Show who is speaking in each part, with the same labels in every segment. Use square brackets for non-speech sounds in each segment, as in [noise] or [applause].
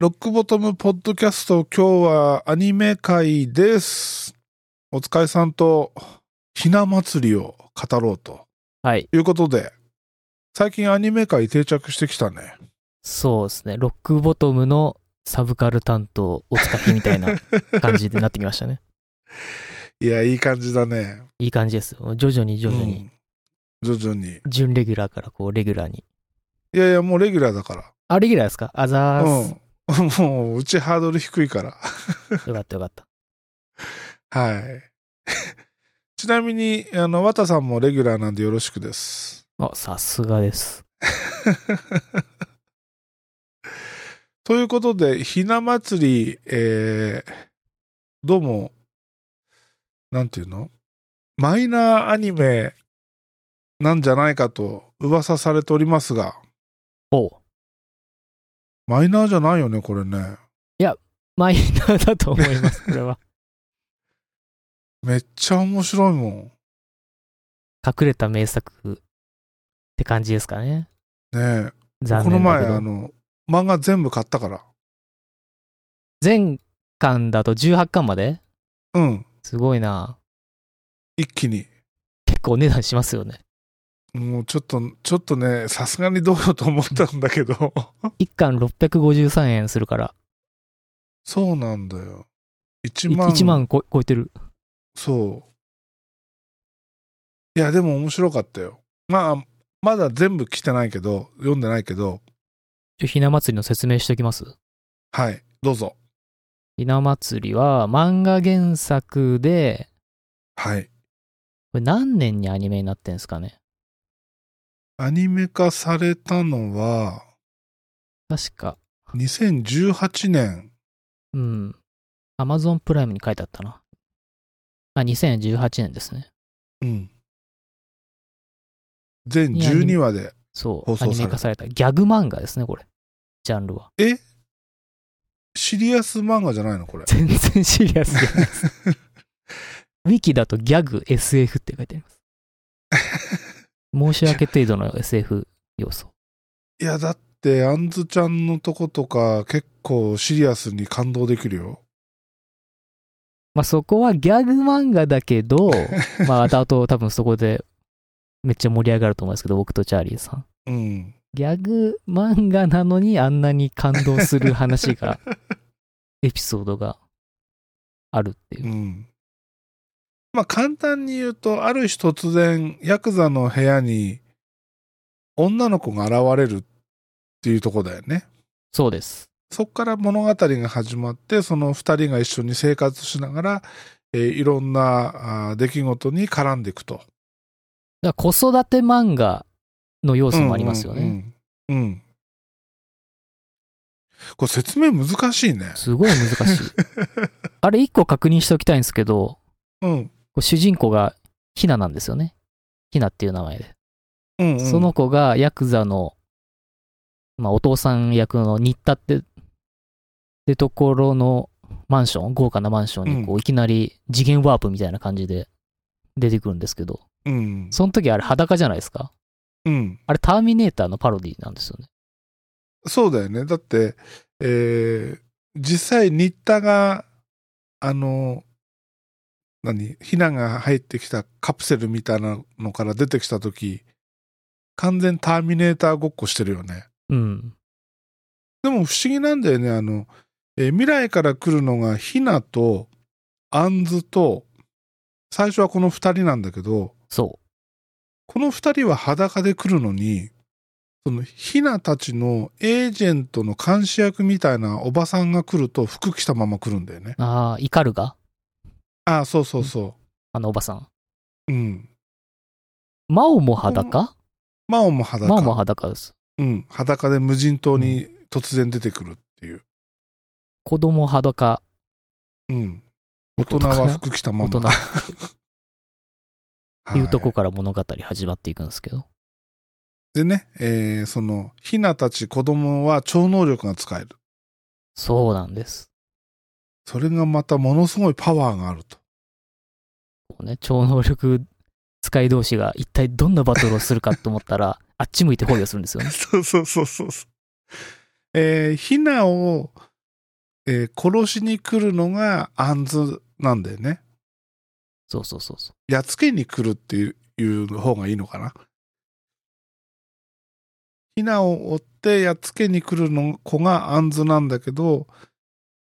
Speaker 1: ロックボトムポッドキャスト、今日はアニメ会です。お疲れさんとひな祭りを語ろうと
Speaker 2: はい。
Speaker 1: いうことで、最近アニメ会定着してきたね。
Speaker 2: そうですね。ロックボトムのサブカル担当、おつかきみたい
Speaker 1: [laughs]
Speaker 2: [laughs] な感じになってきましたね。
Speaker 1: いや、いい感じだね。
Speaker 2: いい感じですよ。徐々に徐々に。
Speaker 1: うん徐々に。い
Speaker 2: 準レギュラーからこう、レギュラーに。
Speaker 1: やいや、もうレギュラーだか
Speaker 2: あ、レギュラーですかあざ
Speaker 1: ら。
Speaker 2: ー
Speaker 1: うん。 [laughs] もう、うちハードル低いから。
Speaker 2: す。よかったよかった。
Speaker 1: はい。 [laughs] ちなみに、あの、綿さんもレギュラーなんでよろしくです。
Speaker 2: あ、さすがです。
Speaker 1: ということで、ひな祭り、えー、どうも、なんていうのマイナーアニメなんじゃないかと噂されておりますが、
Speaker 2: おう
Speaker 1: マイナーじゃないよね、これね。
Speaker 2: マイナーだと思います、これは。 [laughs]
Speaker 1: めっちゃ面白いもん。
Speaker 2: 隠れた名作って感じですかね。
Speaker 1: ねえ。
Speaker 2: 残
Speaker 1: この
Speaker 2: 念だ
Speaker 1: 前、
Speaker 2: け
Speaker 1: あ
Speaker 2: ど。
Speaker 1: の、漫画全部買ったから。
Speaker 2: 前巻だと18巻まで
Speaker 1: うん。
Speaker 2: すごいな。
Speaker 1: 一気に。
Speaker 2: 結構お値段しますよね。
Speaker 1: もうちょっと、ちょっとね、さすがにどうよと思ったんだけど。
Speaker 2: [laughs] 1巻653円するから、
Speaker 1: そうなんだよ。1万。
Speaker 2: 1万こ超えてる。
Speaker 1: そう。いや、でも面白かったよ。まあ、まだ全部来てないけど、読んでないけど、
Speaker 2: ちょひな祭りの説明しておきます。
Speaker 1: はい、どうぞ。
Speaker 2: ひな祭りは漫画原作で、
Speaker 1: はい。
Speaker 2: これ何年にアニメになってんですかね。
Speaker 1: アニメ化されたのは、
Speaker 2: 確か、
Speaker 1: 2018年。
Speaker 2: うん。アマゾンプライムに書いてあったな。あ、2018年ですね。
Speaker 1: うん。全
Speaker 2: いやアニメ
Speaker 1: 12話で。
Speaker 2: そう
Speaker 1: 放送。さ
Speaker 2: ア
Speaker 1: れ
Speaker 2: ニ
Speaker 1: た
Speaker 2: メ化された。ギャグ漫画ですね、これ。ジャ
Speaker 1: [laughs]
Speaker 2: ンルは。
Speaker 1: シリアス漫画じゃないのこれ。
Speaker 2: 全然シリアスじゃな
Speaker 1: [laughs]
Speaker 2: いです。ウィキだとギャグ SF って書いてあり
Speaker 1: [laughs]
Speaker 2: ます。申し訳程度の SF 要素。
Speaker 1: いや、だって、アンズちゃんのとことか、結構シリアスに感動できるよ。
Speaker 2: まあそこはギャグ漫画だ
Speaker 1: [laughs]
Speaker 2: けど、まあ後々多分そこでめっちゃ盛り上がると思うんですけど、僕とチャーリーさん。
Speaker 1: うん。
Speaker 2: ギャグ漫画なのにあんなに感動する
Speaker 1: [laughs]
Speaker 2: 話が、エピソードがあるっていうう。
Speaker 1: ん。まあ簡単に言うと、ある日突然、ヤクザの部屋に女の子が現れるっていうとこだよね。
Speaker 2: そうです。
Speaker 1: そこから物語が始まって、その二人が一緒に生活しながら、えーいろんなあー出来事に絡んでいくと。
Speaker 2: だから子育て漫画の要素もありますよね。
Speaker 1: うんうんうん。うんこれ説明難しいね。
Speaker 2: すごい難
Speaker 1: [laughs]
Speaker 2: しい。あれ一個確認しておきたいんですけど、
Speaker 1: うん。
Speaker 2: こう主人公がヒナなんですよね。ヒナっていう名前で。
Speaker 1: うん、うん。
Speaker 2: その子がヤクザの、まあ、お父さん役の新田って、ってところのマンション、豪華なマンションにこう、いきなり次元ワープみたいな感じで出てくるんですけど、
Speaker 1: うん。
Speaker 2: その時あれ裸じゃないですか。
Speaker 1: うん。
Speaker 2: あれターミネーターのパロディなんですよね。
Speaker 1: そうだよね。だって、えー実際、新田が、あの、何ヒナが入ってきたカプセルみたいなのから出てきたとき、完全ターミネーターごっこしてるよね。
Speaker 2: うん。
Speaker 1: でも不思議なんだよね。あの、えー未来から来るのがヒナとアンズと、最初はこの二人なんだけど、
Speaker 2: そ
Speaker 1: この二人は裸で来るのに、そのヒナたちのエージェントの監視役みたいなおばさんが来ると服着たまま来るんだよね。
Speaker 2: う。ああ、イカルが
Speaker 1: ああ、そうそうそ
Speaker 2: あのおばさん。
Speaker 1: う。うん。
Speaker 2: マオも裸
Speaker 1: マオも裸。
Speaker 2: マオも裸です。
Speaker 1: うん。裸で無人島に突然出てくるっていう。
Speaker 2: 子供裸。
Speaker 1: うん。大人は服着たま
Speaker 2: 大人
Speaker 1: ま。
Speaker 2: っ
Speaker 1: は
Speaker 2: ていうとこから物語始まっていくんですけど。
Speaker 1: でね、えーその、ヒナたち子供は超能力が使える。
Speaker 2: そうなんです。
Speaker 1: それがまたものすごいパワーがあると。
Speaker 2: こうね、超能力使い同士が一体
Speaker 1: [laughs]
Speaker 2: どんなバトルをするかと思ったら、あっち向いて放棄をするんですよね。
Speaker 1: そうそうそうそうそう。えーヒナを、えー殺しに来るのがアンズなんだよね。
Speaker 2: そうそうそうそう。
Speaker 1: やっつけに来るっていういう方がいいのかな。ヒナを追ってやっつけに来るの子がアンズなんだけど、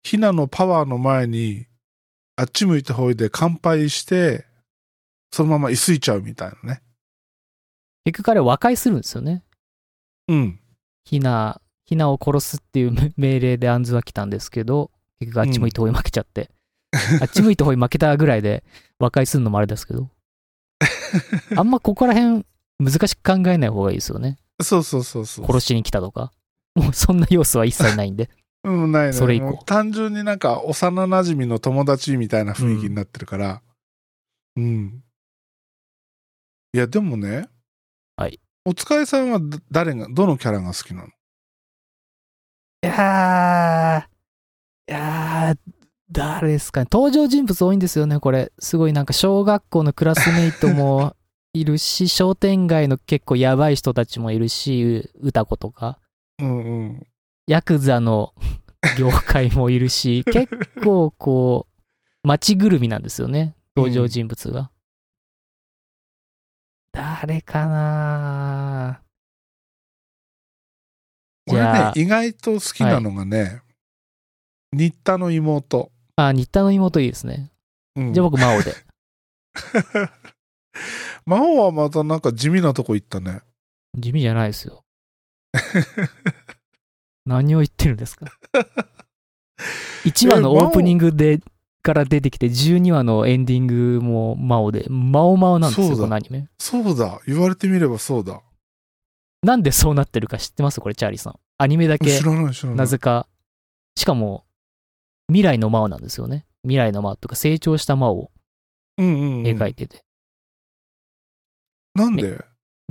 Speaker 1: ヒナのパワーの前に、あっち向いてほいで乾杯して、そのまま居すいちゃうみたいなね。
Speaker 2: 結局あれ和解するんですよね。
Speaker 1: うん。
Speaker 2: ヒナ、ヒナを殺すっていう [laughs] め命令でアンズは来たんですけど、結局あっち向いて方に負けちゃって。あっち向いて方に負けたぐらいで [laughs] 和解するのもあれですけど。あんまここら辺難しく考えない方がいいですよね。
Speaker 1: そうそうそうそう。
Speaker 2: 殺しに来たとか。もうそんな要素は一切ないんで。
Speaker 1: うん、ないね。
Speaker 2: それ以降
Speaker 1: もう単純になんか幼馴染の友達みたいな雰囲気になってるから。うん。いや、でもね。
Speaker 2: はい。
Speaker 1: お疲れさんはだ誰が、どのキャラが好きなの
Speaker 2: いやー、いやー、誰ですかね。登場人物多いんですよね、これ。すごいなんか小学校のクラスメイトもいるし、商店街の結構やばい人たちもいるし、う歌子とか、
Speaker 1: うんうん。
Speaker 2: ヤクザの業界もいるし、結構こう、街ぐるみなんですよね、登場人物が。誰かなじ
Speaker 1: 俺
Speaker 2: ゃ
Speaker 1: ね
Speaker 2: あ、
Speaker 1: 意外と好きなのがね、新田の妹。
Speaker 2: あ、新田の妹いいですね。
Speaker 1: うん
Speaker 2: じゃあ僕、真央で。
Speaker 1: [laughs] 魔王はまたなんか地味なとこ行った
Speaker 2: [laughs]
Speaker 1: ね。
Speaker 2: 地味じゃないですよ。何を言ってるんですか1話のオープニングでから出てきて12話のエンディングも真央で真央真央なんです
Speaker 1: そ
Speaker 2: よ
Speaker 1: うだ
Speaker 2: このアニメ
Speaker 1: そうだ。言われてみればそうだ。
Speaker 2: なんでそうなってるか知ってますこれチャーリーさんアニメだけ
Speaker 1: 知らない知らない。
Speaker 2: なぜかしかも未来の真央なんですよね未来の真央とか成長した真央を
Speaker 1: うんうん、うん。
Speaker 2: 描いてて、
Speaker 1: なんで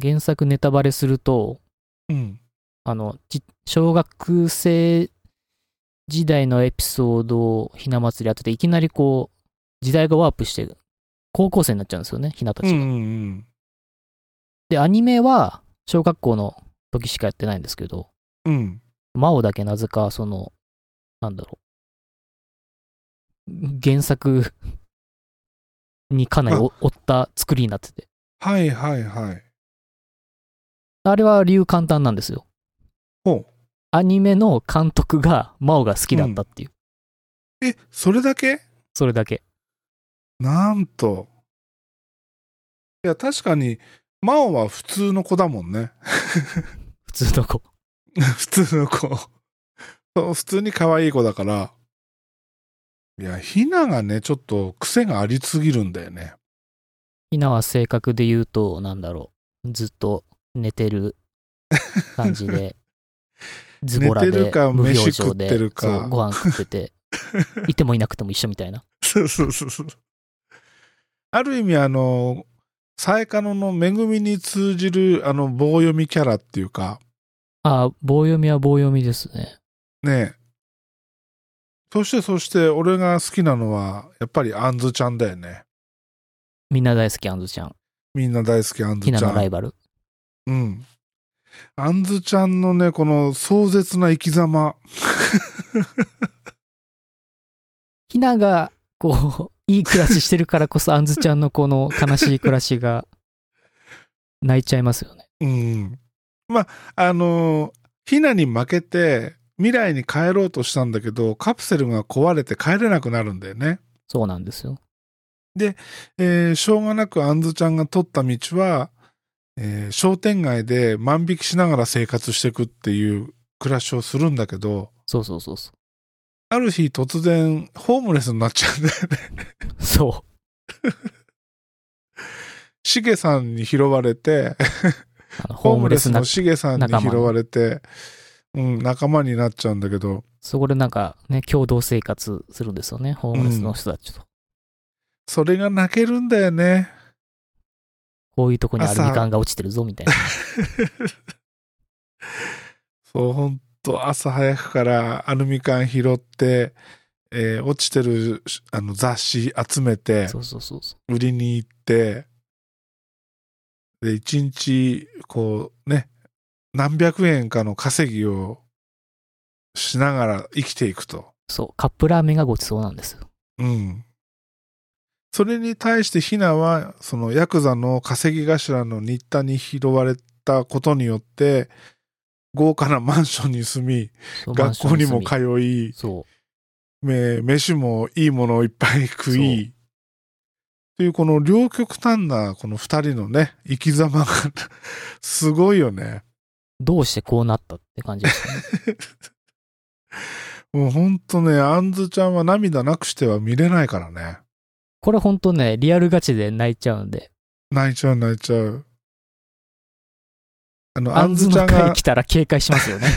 Speaker 2: 原作ネタバレすると
Speaker 1: うん。
Speaker 2: あの、ち小学生時代のエピソードをひな祭りやってて、いきなりこう、時代がワープして、高校生になっちゃうんですよね、ひなた
Speaker 1: うん
Speaker 2: ち
Speaker 1: う
Speaker 2: が。
Speaker 1: んうん。
Speaker 2: で、アニメは、小学校の時しかやってないんですけど、
Speaker 1: うん。
Speaker 2: 真央だけなぜか、その、なんだろう。原作 [laughs] にかなりお追った作りになってて。
Speaker 1: はいはいはい。
Speaker 2: あれは理由簡単なんですよ。
Speaker 1: ほう。
Speaker 2: アニメの監督が真央が好きだったっていう、
Speaker 1: え、それだけ
Speaker 2: それだけ。
Speaker 1: なんと。いや、確かに、マオは普通の子だもんね。 [laughs]
Speaker 2: 普通の子。
Speaker 1: 普通の子。そう普通に可愛い子だから。いや、ヒナがね、ちょっと癖がありすぎるんだよね。
Speaker 2: ひなは性格で言うと、なんだろう、ずっと寝てる感
Speaker 1: [laughs]
Speaker 2: じで、ズボラで、
Speaker 1: 寝てるか
Speaker 2: 無表
Speaker 1: 飯
Speaker 2: 情
Speaker 1: 食
Speaker 2: で
Speaker 1: ってるか
Speaker 2: そうご飯食ってて、いてもいなくても一緒みたいな。
Speaker 1: そうそうそうそう。ある意味、あの、サエカノの恵みに通じる、あの、棒読みキャラっていうか、
Speaker 2: ああ、棒読みは棒読みですね。
Speaker 1: ねえそして、そして、俺が好きなのは、やっぱりアンズちゃんだよね。
Speaker 2: みんな大好き、アンズちゃん。
Speaker 1: みんな大好き、アンズ
Speaker 2: ひな
Speaker 1: ちゃ
Speaker 2: のラ
Speaker 1: ん。
Speaker 2: イバル。
Speaker 1: うん。アンズちゃんのね、この壮絶な生き様。
Speaker 2: ひなが、こう、 [laughs] いい暮らししてるからこそ、アンズちゃんのこの悲しい暮らしが、泣いちゃいますよね。
Speaker 1: うん。まあ、あのー、ヒナに負けて、未来に帰ろうとしたんだけど、カプセルが壊れて帰れなくなるんだよね。
Speaker 2: そうなんですよ。
Speaker 1: えーしょうがなくあんずちゃんが取った道は、えー商店街で万引きしながら生活していくっていう暮らしをするんだけど、
Speaker 2: そうそうそうそ
Speaker 1: ある日突然ホームレスになっちゃうん [laughs] だよね。
Speaker 2: う。そう。
Speaker 1: しげさんに拾われて、
Speaker 2: あの [laughs] ホ
Speaker 1: ホー
Speaker 2: ーム
Speaker 1: ム
Speaker 2: レ
Speaker 1: レ
Speaker 2: ス
Speaker 1: ス
Speaker 2: な
Speaker 1: のしげさんに拾われて、うん、仲間になっちゃうんだけど、
Speaker 2: そこでなんかね、共同生活するんですよね、ホームレスの人たちと。
Speaker 1: それが泣けるんだよね。 [laughs]
Speaker 2: こういうとこにアルミ
Speaker 1: 朝
Speaker 2: 缶が落ちてるぞ、みたいな。
Speaker 1: [laughs] そう、ほんと朝早くからアルミ缶拾って、えー落ちてるあの雑誌集めて、
Speaker 2: そうそうそうそう。
Speaker 1: 売りに行って、で、一日、こうね、何百円かの稼ぎをしながら生きていくと。
Speaker 2: そう、カップラーメンがごちそうなんですよ。
Speaker 1: うん。それに対してヒナは、そのヤクザの稼ぎ頭の新田に拾われたことによって、豪華なマンションに住み、
Speaker 2: そうマン
Speaker 1: [laughs] 学
Speaker 2: ショ
Speaker 1: 校
Speaker 2: ン
Speaker 1: に
Speaker 2: 住
Speaker 1: も
Speaker 2: み
Speaker 1: 通い、
Speaker 2: そ
Speaker 1: め飯もいいものをいっぱい食い、というこの両極端なこの二人のね、生き様が、すごいよね。
Speaker 2: う。どうしてこうなったって感じですね。
Speaker 1: もうほんとね、アンズちゃんは涙なくしては見れないからね。
Speaker 2: これほんとね、リアルガチで泣いちゃうんで、
Speaker 1: 泣いちゃう泣いちゃう。あの、
Speaker 2: ア
Speaker 1: ア
Speaker 2: ン
Speaker 1: ン
Speaker 2: ズ
Speaker 1: ズちゃ
Speaker 2: の
Speaker 1: んが
Speaker 2: 回、来たら警戒しま
Speaker 1: [laughs]
Speaker 2: すよね。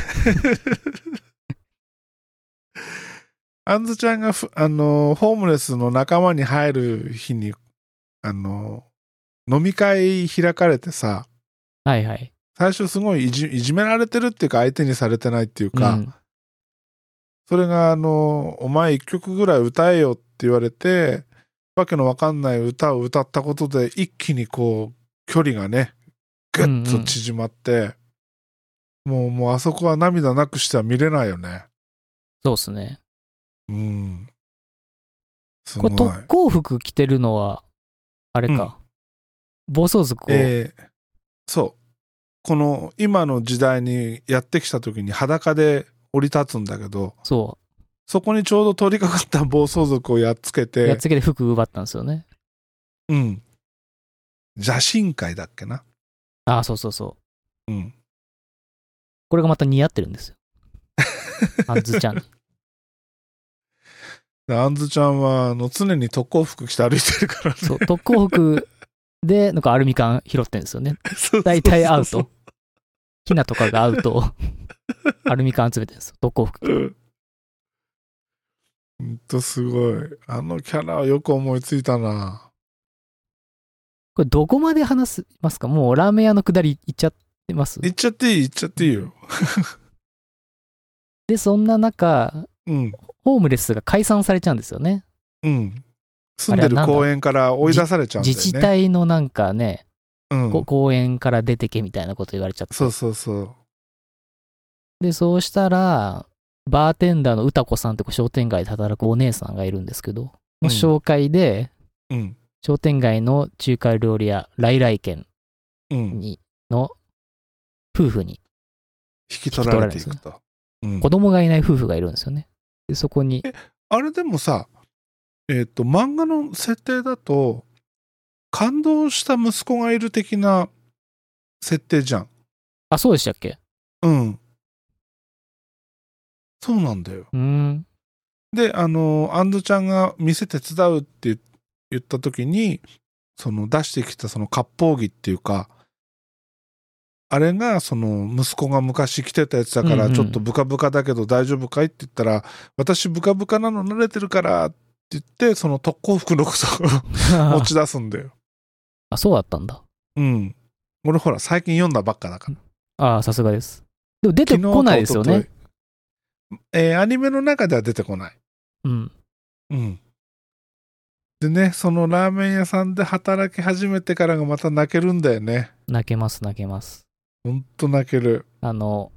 Speaker 1: アンズちゃんがふ、あの、ホームレスの仲間に入る日に、あの、飲み会開かれてさ、
Speaker 2: はいはい。
Speaker 1: 最初すごいいじいじめられてるっていうか相手にされてないっていう
Speaker 2: う
Speaker 1: か、
Speaker 2: ん。
Speaker 1: それがあの「お前一曲ぐらい歌えよ」って言われてわけのわかんない歌を歌ったことで一気にこう距離がねぐっと縮まって、もうもうあそこは涙なくしては見れないよね。
Speaker 2: そうっすね。
Speaker 1: うん。すご
Speaker 2: こ
Speaker 1: い
Speaker 2: れ。特攻服着てるのは、あれか。暴走族を、
Speaker 1: えーそう。この今の時代にやってきた時に裸で降り立つんだけど
Speaker 2: そ
Speaker 1: そこにちょうど通りかかった暴走族をやっつけ
Speaker 2: う、やってつけて服奪ったんですよね。
Speaker 1: うん邪神会だっけな
Speaker 2: ああ、そうそうそう。
Speaker 1: うん。
Speaker 2: これがまた似合ってるん
Speaker 1: [laughs]
Speaker 2: ですよ。アンズちゃんに。
Speaker 1: であんずちゃんは、あの、常に特攻服着て歩いてるからね。
Speaker 2: そう、特攻服で、なんかアルミ缶拾ってるんですよね。
Speaker 1: [laughs] そう
Speaker 2: 大体アウ
Speaker 1: そう
Speaker 2: ト。ひなとかがアウト。アルミ缶集めてるんですよ。特攻服。
Speaker 1: そううん。ほんとすごい。あのキャラはよく思いついたな。
Speaker 2: これどこまで話しますかもうラーメン屋の下り行っちゃってます
Speaker 1: いっちゃっていいいっちゃっていいよ。
Speaker 2: で、そんな中、
Speaker 1: うん。
Speaker 2: ホームレスが解散されちゃうんですよね。
Speaker 1: うん。住んでる公園から追い出されちゃうんだよね。
Speaker 2: 自治体のなんかね、
Speaker 1: うん
Speaker 2: こ公園から出てけみたいなこと言われちゃって。
Speaker 1: そうそうそう。
Speaker 2: で、そうしたら、バーテンダーの歌子さんってこう商店街で働くお姉さんがいるんですけど、
Speaker 1: うん
Speaker 2: の紹介で、
Speaker 1: うん。
Speaker 2: 商店街の中華料理屋、来来軒
Speaker 1: うん。引
Speaker 2: に、の夫婦に、
Speaker 1: き取られていくと。うん
Speaker 2: 子供がいない夫婦がいるんですよね。で、そこに、
Speaker 1: あれでもさ、えっ、と、漫画の設定だと、感動した息子がいる的な設定じゃん。
Speaker 2: あ、そうでしたっけ
Speaker 1: うん。そうなんだよ。
Speaker 2: うー
Speaker 1: [laughs]
Speaker 2: ん。
Speaker 1: で、あの、アンドちゃんが店手伝うって言った時に、その出してきたその割烹着っていうか、あれがその息子が昔着てたやつだか
Speaker 2: うん
Speaker 1: ら
Speaker 2: うん
Speaker 1: ちょっとブカブカだけど大丈夫かいって言ったら、私ブカブカなの慣れてるからって言ってその特攻服のことを持ち出すんだよ。
Speaker 2: あ、そうだったんだ。
Speaker 1: うん。俺ほら最近読んだばっかだから。
Speaker 2: ああ、さすがです。でも出て
Speaker 1: 昨日
Speaker 2: こないですよね。。
Speaker 1: えーアニメの中では出てこない。
Speaker 2: うん。
Speaker 1: うん。でね、そのラーメン屋さんで働き始めてからがまた泣けるんだよね。
Speaker 2: 泣けます、泣けます。
Speaker 1: ほんと泣ける。
Speaker 2: あの、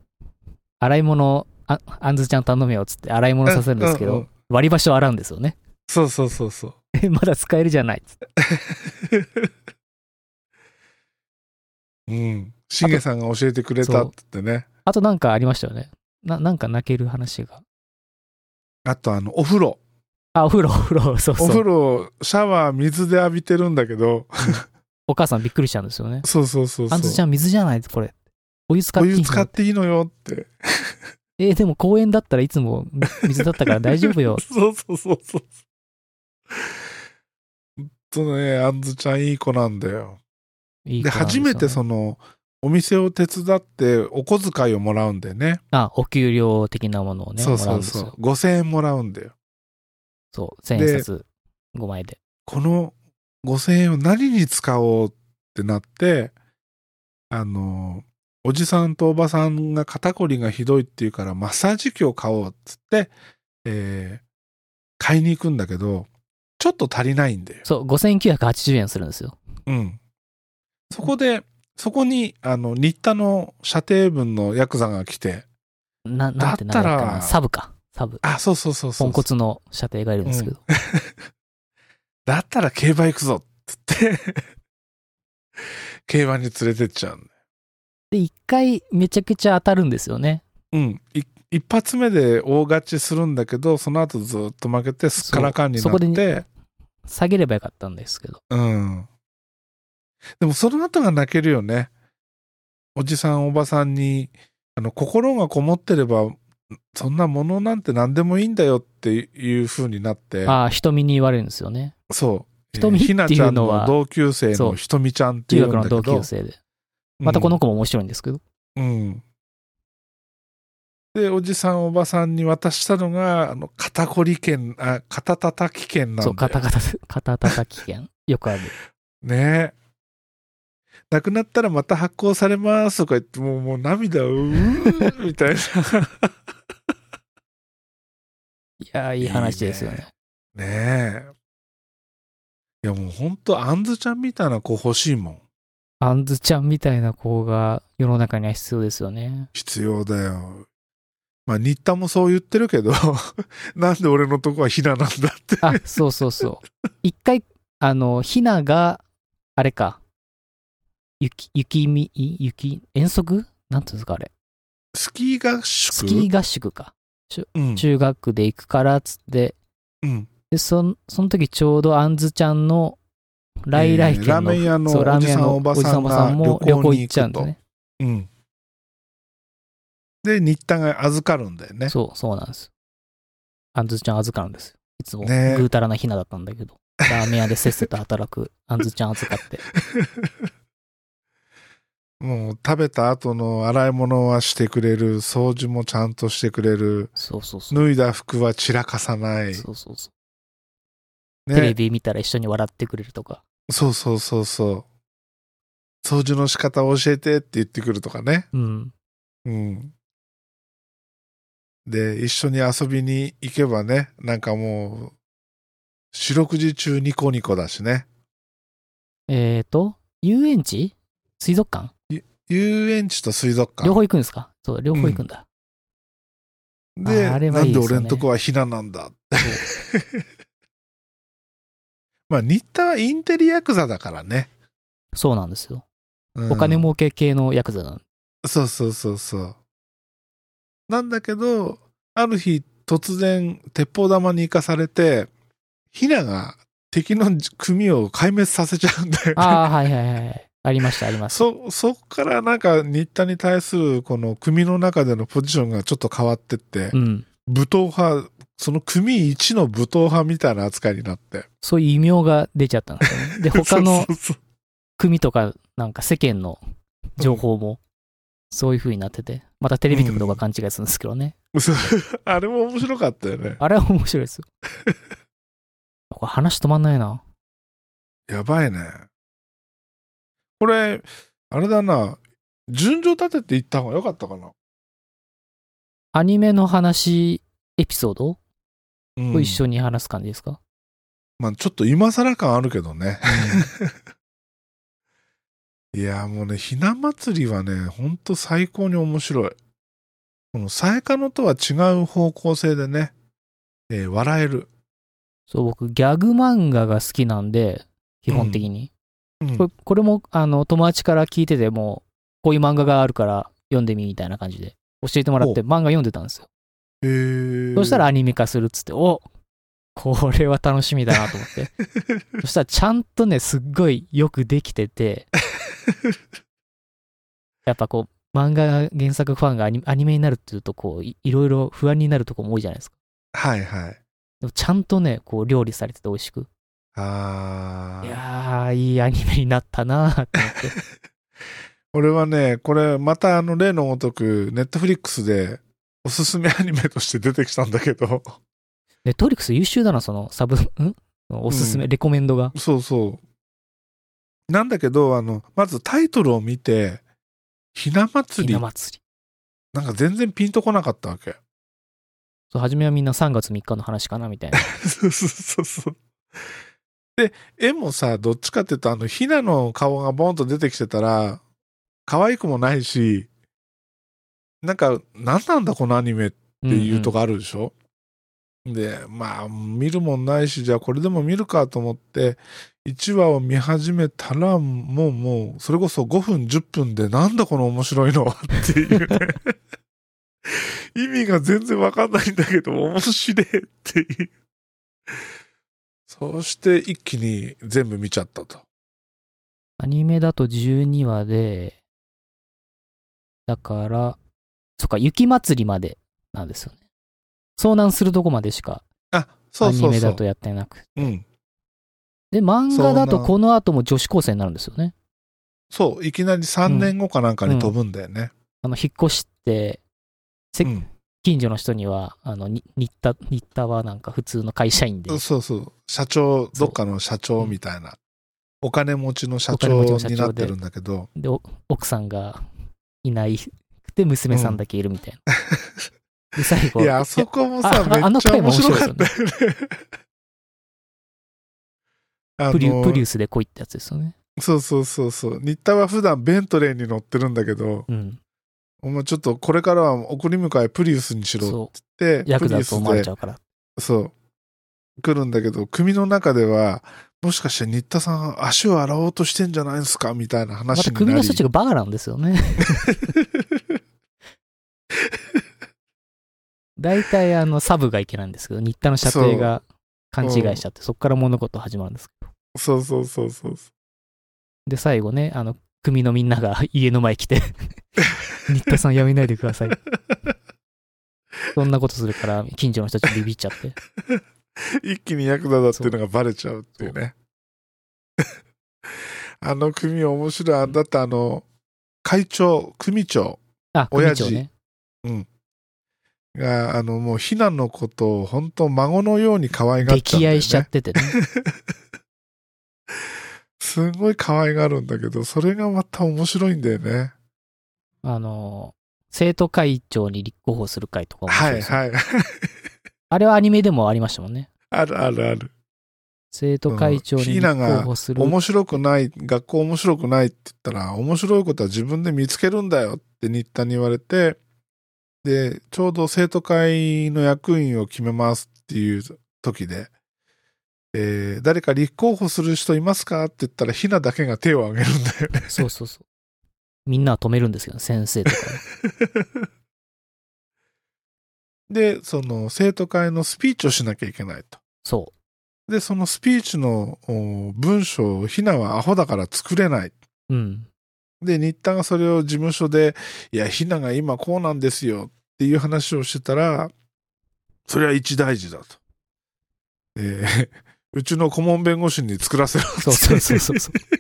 Speaker 2: 洗い物、あ、あんずちゃん頼めよっつって洗い物させるんですけ
Speaker 1: う
Speaker 2: ど
Speaker 1: ん、
Speaker 2: 割り箸を洗うんですよね。
Speaker 1: そうそうそうそう。
Speaker 2: え、まだ使えるじゃないっつって。
Speaker 1: [laughs] うん。しげさんが教えてくれたって言ってね。
Speaker 2: あとなんかありましたよね。な、なんか泣ける話が。
Speaker 1: あとあの、お風呂。
Speaker 2: あ、お風呂、お風呂、そう
Speaker 1: お
Speaker 2: そ
Speaker 1: 風
Speaker 2: う。
Speaker 1: 呂、シャワー水で浴びてるんだけど、
Speaker 2: お母さんびっくりしたんですよね。
Speaker 1: そうそうそうそ
Speaker 2: あ
Speaker 1: うん
Speaker 2: ずちゃん水じゃないこれ。お湯使っ
Speaker 1: お
Speaker 2: ていい
Speaker 1: 湯
Speaker 2: の
Speaker 1: 使っていいのよって。。
Speaker 2: えーでも公園だったらいつも水だったから大丈夫よ
Speaker 1: [laughs] そうそうそうそう。ほんとね、あんずちゃんいい子なんだよ。
Speaker 2: いい
Speaker 1: で、
Speaker 2: 子なん
Speaker 1: 初
Speaker 2: すよね
Speaker 1: めてその、お店を手伝ってお小遣いをもらうんだよね。
Speaker 2: あ、お給料的なものをね、
Speaker 1: そう
Speaker 2: もら
Speaker 1: そ
Speaker 2: うん
Speaker 1: う
Speaker 2: です
Speaker 1: そ
Speaker 2: よ
Speaker 1: う。。5000円もらうんだよ。
Speaker 2: そう、千円札5枚で。
Speaker 1: この5000円を何に使おうってなって、あの、おじさんとおばさんが肩こりがひどいっていうからマッサージ機を買おうっつって、えー買いに行くんだけど、ちょっと足りないんだよ。
Speaker 2: そう、5980円するんですよ。
Speaker 1: うん。そこで、そこに、あの、新田の射程分のヤクザが来て、
Speaker 2: な、なんて名前
Speaker 1: だった
Speaker 2: からな。サブか。サブ。
Speaker 1: あ、そうそうそうそ
Speaker 2: ポ
Speaker 1: う。
Speaker 2: ンコツの射程がいるんですけど。
Speaker 1: だったら競馬行くぞっつって、 [laughs] 競馬に連れてっちゃうんだよ
Speaker 2: で、一回めちゃくちゃ当たるんですよね。
Speaker 1: うん。い一発目で大勝ちするんだけど、その後ずっと負けてすっからかんにな
Speaker 2: そうそこで
Speaker 1: っ
Speaker 2: に
Speaker 1: て、
Speaker 2: 下げればよかったんですけど。
Speaker 1: うん。でもその後が泣けるよね。おじさん、おばさんに、あの、心がこもってれば、そんなものなんて何でもいいんだよっていう風になって、
Speaker 2: ああ、瞳に言われるんですよね。
Speaker 1: そう。
Speaker 2: ひとみ
Speaker 1: えーひなちゃん
Speaker 2: っていうのは
Speaker 1: の同級生
Speaker 2: そう
Speaker 1: のひとみちゃんってい
Speaker 2: 中
Speaker 1: うん
Speaker 2: 学
Speaker 1: だ
Speaker 2: の
Speaker 1: けど、
Speaker 2: 同級生で。またこの子も面白いんですけど。
Speaker 1: うん。で、おじさん、おばさんに渡したのが、あの、肩こり券、あ、肩たたき券な
Speaker 2: そ
Speaker 1: ん
Speaker 2: う、
Speaker 1: だ
Speaker 2: カ
Speaker 1: よ
Speaker 2: タカタ、カタタタ危険。よくある。
Speaker 1: ねえ。なくなったらまた発行されますとか言って、もう、もう涙、う
Speaker 2: [laughs]
Speaker 1: ーみたい
Speaker 2: いやー、いい話ですよね。
Speaker 1: いいな。ねえ。いや、もう本当あんずちゃんみたいな子欲しいもん。
Speaker 2: あんずちゃんみたいな子が世の中には必要ですよね。
Speaker 1: 必要だよ。まあ、新田もそう言ってるけど、 [laughs] なんで俺のとこはひななんだって。 [laughs]
Speaker 2: あ、そうそうそう。一回、あの、ひなが、あれか、雪、雪み、い雪、遠足なんていうんですか、あれ。
Speaker 1: スキー合宿
Speaker 2: スキー合宿か。
Speaker 1: うん。
Speaker 2: 中学で行くから、つって。
Speaker 1: うん。
Speaker 2: で、そんその時ちょうどあんずちゃんの、来来
Speaker 1: え
Speaker 2: 県
Speaker 1: ーラ
Speaker 2: の、
Speaker 1: ーメン屋の
Speaker 2: そうラーメン屋の
Speaker 1: おじさんおばさんが
Speaker 2: おじさんおばさんも旅
Speaker 1: 旅
Speaker 2: 行
Speaker 1: 行
Speaker 2: 行
Speaker 1: に
Speaker 2: っ
Speaker 1: 行くと
Speaker 2: ちゃうんですね。
Speaker 1: うん。で、新田が預かるんだよね。
Speaker 2: そう、そうなんです。あんずちゃん預かるんですよ。いつも、ぐ
Speaker 1: ねえ
Speaker 2: うたらなひなだったんだけど、ラーメン屋でせっせと働
Speaker 1: [laughs]
Speaker 2: くあんずちゃん預かって。
Speaker 1: もう食べた後の洗い物はしてくれる、掃除もちゃんとしてくれる、
Speaker 2: そうそうそう。
Speaker 1: 脱いだ服は散らかさない。
Speaker 2: そうそうそう。テレ
Speaker 1: ね、
Speaker 2: ビ見たら一緒に笑ってくれるとか。
Speaker 1: そうそうそうそう。掃除の仕方を教えてって言ってくるとかね。
Speaker 2: うん。
Speaker 1: うん。で、一緒に遊びに行けばね、なんかもう、四六時中ニコニコだしね。
Speaker 2: えっ、ー、と、遊園地水族館
Speaker 1: 遊園地と水族館
Speaker 2: 両。方行くんですかそう、両方行くんだ。
Speaker 1: で、
Speaker 2: ああれ
Speaker 1: な
Speaker 2: は
Speaker 1: い
Speaker 2: い
Speaker 1: ん
Speaker 2: です
Speaker 1: で
Speaker 2: よ
Speaker 1: 俺
Speaker 2: ね
Speaker 1: んとこはひななんだ。 [laughs] まあ、新田はインテリヤクザだからね。
Speaker 2: そうなんですよ。
Speaker 1: うん
Speaker 2: お金儲け系のヤクザなん
Speaker 1: そうそうそうそう。なんだけど、ある日突然鉄砲玉に行かされて、ヒナが敵の組を壊滅させちゃうんだよね。
Speaker 2: ああ、はいはいはい。ありました、ありまし
Speaker 1: [laughs]
Speaker 2: た。
Speaker 1: そ、そこからなんか新田に対するこの組の中でのポジションがちょっと変わってって
Speaker 2: う、ん。
Speaker 1: 武闘派、その組一の武闘派みたいな扱いになって。
Speaker 2: そういう異名が出ちゃったんですよね。で、他
Speaker 1: そ
Speaker 2: の
Speaker 1: うそうそう
Speaker 2: 組とか、なんか世間の情報も、そういう風になってて、またテレビ局とか勘違いするんですけどね。
Speaker 1: そう [laughs] あれも面白かったよね。
Speaker 2: あれは面白いで
Speaker 1: [laughs]
Speaker 2: すよ。これ話止まんないな。
Speaker 1: やばいね。これ、あれだな。順序立てていった方が良かったかな。
Speaker 2: アニメの話、エピソード
Speaker 1: うん
Speaker 2: と一緒に話す感じですか、
Speaker 1: まあ、ちょっと今更感あるけどね。 [laughs] いや、もうね、ひな祭りはね、ほんと最高に面白い。この、さえかのとは違う方向性でね、えー笑える。
Speaker 2: そう、僕、ギャグ漫画が好きなんで、基本的に。
Speaker 1: うん
Speaker 2: これこれも、あの、友達から聞いてても、こういう漫画があるから読んでみみたいな感じで、教えてもらって
Speaker 1: お
Speaker 2: 漫画読んでたんですよ。
Speaker 1: へー
Speaker 2: そしたら、アニメ化するっつって、おこれは楽しみだなと思って。 [laughs] そしたらちゃんとね、すっごいよくできて [laughs] て、やっぱこう、漫画原作ファンがアニアニメになるっていうと、こうい、いろいろ不安になるとこも多いじゃないですか。
Speaker 1: はいはい。
Speaker 2: でもちゃんとね、こう、料理されてて美味しく。
Speaker 1: あ
Speaker 2: い
Speaker 1: ー。
Speaker 2: やー、いいアニメになったなーって思 [laughs] って。
Speaker 1: 俺はね、これ、またあの、例のごとく、ネットフリックスで、おすすめアニメとして出てきたんだけど、 [laughs]
Speaker 2: ネットフリックス優秀だな、その、サブ、んおすすめ、
Speaker 1: う
Speaker 2: レコメンドが。
Speaker 1: そうそう。なんだけど、あの、まずタイトルを見て、ひな祭
Speaker 2: ひ
Speaker 1: り
Speaker 2: な、祭り。
Speaker 1: なんか全然ピンとこなかったわけ。
Speaker 2: そう、初めはみんな3月3日の話かな、みた [laughs] いな。
Speaker 1: そうそうそうそう。で、絵もさ、どっちかっていうと、あの、ひなの顔がボンと出てきてたら、可愛くもないし、なんか、何なんだこのアニメって
Speaker 2: ん
Speaker 1: いうとこあるでしょ、で、まあ、見るもんないし、じゃあこれでも見るかと思って、1話を見始めたら、もうもう、それこそ5分、10分で、なんだこの面白いのはっていうね、 [laughs] 意味が全然わかんないんだけど、面白いっていう。そして一気に全部見ちゃったと。
Speaker 2: アニメだと12話で、だから、そっか、雪祭りまでなんですよね。遭難するとこまでしか
Speaker 1: あ、そ
Speaker 2: ア
Speaker 1: うそ
Speaker 2: ニ
Speaker 1: う
Speaker 2: メ
Speaker 1: そ
Speaker 2: だ
Speaker 1: う
Speaker 2: と。やってなくて。
Speaker 1: うん。
Speaker 2: で、漫
Speaker 1: そう
Speaker 2: 画
Speaker 1: な
Speaker 2: だとこの後も女子高生になるんですよね。
Speaker 1: そう、いきなり3年後かなんかに飛ぶんだよね。
Speaker 2: あの、引っ越して、せ
Speaker 1: うん
Speaker 2: 近所の人には、あの、に新田、新田はなんか普通の会社員で、
Speaker 1: そうそう。社長、どっかの社長みたいな。お金持ちの社
Speaker 2: お金
Speaker 1: 長
Speaker 2: 持ちの社長で
Speaker 1: になってるんだけど、
Speaker 2: で、お奥さんがいないくて、娘さんだけいるみたいな。で、最
Speaker 1: い
Speaker 2: 後、
Speaker 1: や、あそこもさ、
Speaker 2: いやあ
Speaker 1: めっちゃ面白かったよね。あ
Speaker 2: プリュ
Speaker 1: の
Speaker 2: プリウスで来いってやつですよね。
Speaker 1: そうそうそうそう。新田は普段ベントレーに乗ってるんだけど、
Speaker 2: うん。
Speaker 1: お前ちょっとこれからは送り迎えプリウスにしろっ
Speaker 2: そ
Speaker 1: て言っ
Speaker 2: う。ヤ
Speaker 1: て、プリ
Speaker 2: クザ
Speaker 1: ウ
Speaker 2: と
Speaker 1: ス
Speaker 2: 思われ
Speaker 1: で
Speaker 2: ちゃうから。
Speaker 1: そう。来るんだけど、組の中では、もしかして新田さん足を洗おうとしてんじゃないですかみたいな
Speaker 2: ま
Speaker 1: 話
Speaker 2: た
Speaker 1: になり
Speaker 2: 組の人たちがバカなんですよね。大体あのサブがいけないんですけど、新田の射程が勘違いしちゃって、そこから物事始まるんですけど。
Speaker 1: [laughs] そうそうそうそう。
Speaker 2: で、最後ね、あの、組のみんなが家の前
Speaker 1: [laughs]
Speaker 2: 来て、新田さんやめないでください。そんなことするから、近所の人たちビビっちゃって。
Speaker 1: 一気にヤクザだっていうのがバレちゃうっていうね。あの組面白い。だってあの、会長、組長
Speaker 2: あ、組長ね。
Speaker 1: が、あの、もう避難のことを本当孫のように可愛がっちゃうんだ
Speaker 2: 溺
Speaker 1: よ、ね。
Speaker 2: 愛しちゃっててね。
Speaker 1: すごい可愛がるんだけど、それがまた面白いんだよね。
Speaker 2: あの、生徒会長に立候補する会とかも、
Speaker 1: はい
Speaker 2: い。
Speaker 1: はい。
Speaker 2: あれはアニメでもありましたもんね。
Speaker 1: あるあるある。
Speaker 2: 生徒会長に立候補する。
Speaker 1: 面白くない、学校面白くないって言ったら、面白いことは自分で見つけるんだよって新田に言われて、で、ちょうど生徒会の役員を決めますっていう時で、えー誰か立候補する人いますかって言ったら、ひなだけが手を挙げるんだよね。 [laughs]
Speaker 2: そうそうそう。みんなは止めるんですけど、先生とかね。
Speaker 1: で、その生徒会のスピーチをしなきゃいけないと。
Speaker 2: そ
Speaker 1: で、そのスピーチのお文章をひなはアホだから作れない。
Speaker 2: う。うん。
Speaker 1: で、新田がそれを事務所で、いや、ひなが今こうなんですよっていう話をしてたら、それは一大事だと。えー [laughs] うちの顧問弁護士に作らせろって
Speaker 2: そうそうそうそう
Speaker 1: [laughs]
Speaker 2: そう。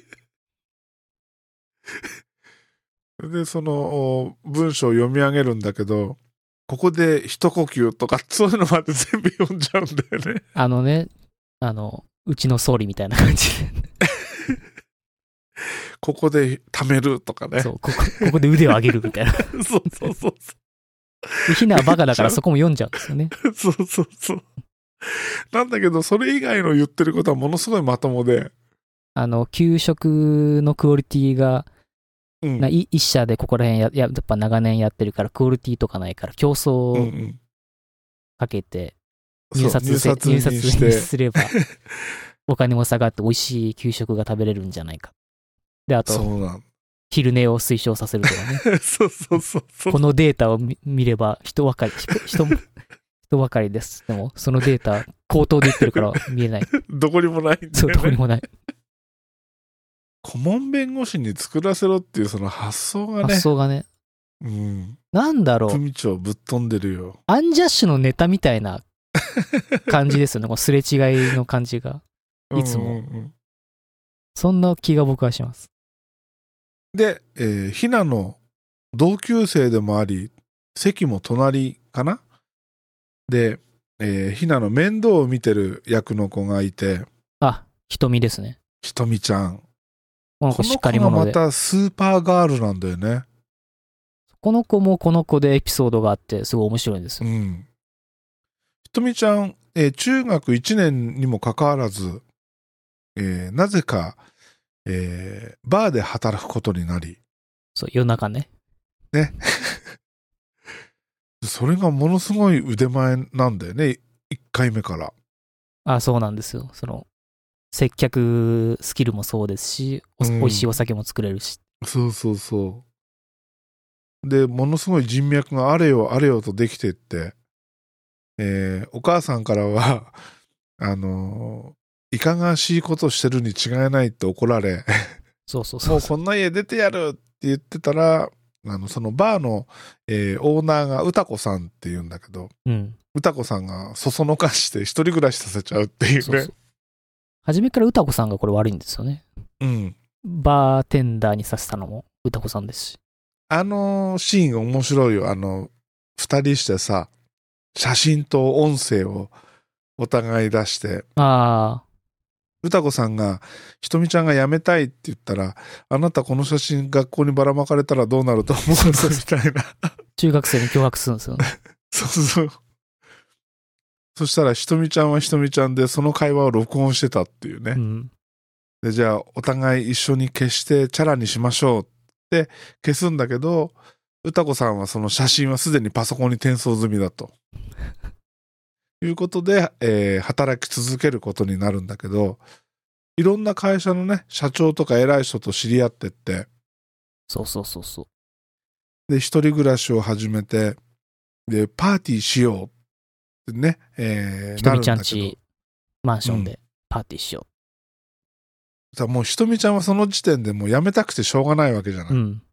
Speaker 1: で、そのお文章を読み上げるんだけど、ここで一呼吸とか、そういうのまで全部読んじゃうんだよね。
Speaker 2: あのね、あの、うちの総理みたいな感じ
Speaker 1: ここで貯めるとかね。
Speaker 2: で。
Speaker 1: そ
Speaker 2: そう、ここ、ここで腕を上げるみ
Speaker 1: [laughs]
Speaker 2: たいな。
Speaker 1: うそうそうそう。
Speaker 2: でひなはバカだからそこも読んじゃうんですよね。
Speaker 1: そうそうそう。なんだけど、それ以外の言ってることはものすごいまともで。
Speaker 2: あの、給食のクオリティが、
Speaker 1: うん。
Speaker 2: な一一社でここら辺や、ややっぱ長年やってるから、クオリティとかないから、競
Speaker 1: う
Speaker 2: 争
Speaker 1: んう
Speaker 2: を
Speaker 1: ん
Speaker 2: かけて、
Speaker 1: そう
Speaker 2: 入札せ
Speaker 1: 入
Speaker 2: 入
Speaker 1: 札
Speaker 2: 札
Speaker 1: に
Speaker 2: に
Speaker 1: して。
Speaker 2: す
Speaker 1: [laughs]
Speaker 2: れば、お金も下がって美味しい給食が食べれるんじゃないか。で、あ
Speaker 1: そ
Speaker 2: と、
Speaker 1: うなん。
Speaker 2: 昼寝を推奨させるとかね。
Speaker 1: [laughs] そうそうそうそう [laughs]
Speaker 2: こ。のデータを見見れば人分かり、人、人も人分かりです。でも、そのデータ、口頭で言ってるから見え
Speaker 1: [laughs]
Speaker 2: ない。
Speaker 1: どこにもないんだ
Speaker 2: そう、どこ
Speaker 1: よね。
Speaker 2: にもない。
Speaker 1: 顧問弁護士に作らせろっていうその発想がね
Speaker 2: 発。想がね。
Speaker 1: うん。
Speaker 2: なんだろう、
Speaker 1: 組長ぶっ飛んでるよ。
Speaker 2: アンジャッシュのネタみた
Speaker 1: [laughs]
Speaker 2: いな感じですよね。こうすれ違いの感じが。いつも
Speaker 1: うんうんうん
Speaker 2: そんな気が僕はします。
Speaker 1: で、えーひなの同級生でもあり、席も隣かなで、えーひなの面倒を見てる役の子がいて、
Speaker 2: あ、瞳ですね。
Speaker 1: ひとみちゃん。
Speaker 2: なん
Speaker 1: この
Speaker 2: かしっ
Speaker 1: 子
Speaker 2: かり
Speaker 1: が
Speaker 2: 者
Speaker 1: ま
Speaker 2: で。
Speaker 1: たスーパーガールなんだよね。
Speaker 2: この子もこの子でエピソードがあって、すごい面白いんです
Speaker 1: う
Speaker 2: よ。
Speaker 1: ん。ひとみちゃん、えー中学1年にもかかわらず、えーなぜか、えーバーで働くことになり、
Speaker 2: そう、夜中ね。
Speaker 1: それがものすごい腕前なんだよね1回目から
Speaker 2: あ、そうなんですよ。その、接客スキルもそうですし、お
Speaker 1: うん
Speaker 2: 美味しいお酒も作れるし。
Speaker 1: そうそうそうでものすごい人脈があれよあれよとできてってえーお母さんからはあのいかがわしいことしてるに違いないって怒られ
Speaker 2: そうそうそ
Speaker 1: も
Speaker 2: う
Speaker 1: う。こんな家出てやるって言ってたら、あのそのバーの、えーオーナーが歌子さんって言うんだけど、
Speaker 2: うん。
Speaker 1: 歌子さんがそそのかして一人暮らしさせちゃうっていうね。
Speaker 2: そうそう。初めから歌子さんがこれ悪いんですよね。
Speaker 1: うん。
Speaker 2: バーテンダーにさせたのも歌子さんですし。
Speaker 1: あのシーン面白いよ。あの、二人してさ、写真と音声をお互い出して、
Speaker 2: あ
Speaker 1: 歌子さんが、ひとみちゃんが辞めたいって言ったら、あなたこの写真学校にばらまかれたらどうなると思う
Speaker 2: そう
Speaker 1: みたいな。
Speaker 2: あ、中学生に脅迫するんです
Speaker 1: [laughs]
Speaker 2: よね。
Speaker 1: そうそう。そしたら、ひとみちゃんはひとみちゃんで、その会話を録音してたっていうね。
Speaker 2: うん。
Speaker 1: で、じゃあ、お互い一緒に消して、チャラにしましょうって消すんだけど、歌子さんはその写真はすでにパソコンに転送済みだと。いうことで、えー働き続けることになるんだけど、いろんな会社のね、社長とか偉い人と知り合ってって、
Speaker 2: そうそうそうそう。
Speaker 1: で、一人暮らしを始めて、で、パーティーしようってね、えー
Speaker 2: ひとみちゃん
Speaker 1: なるだけど
Speaker 2: ち、マンションでパーティーしよ
Speaker 1: さもうひとみちゃんはその時点でもう辞めたくてしょうがないわけじゃない。
Speaker 2: う。うん。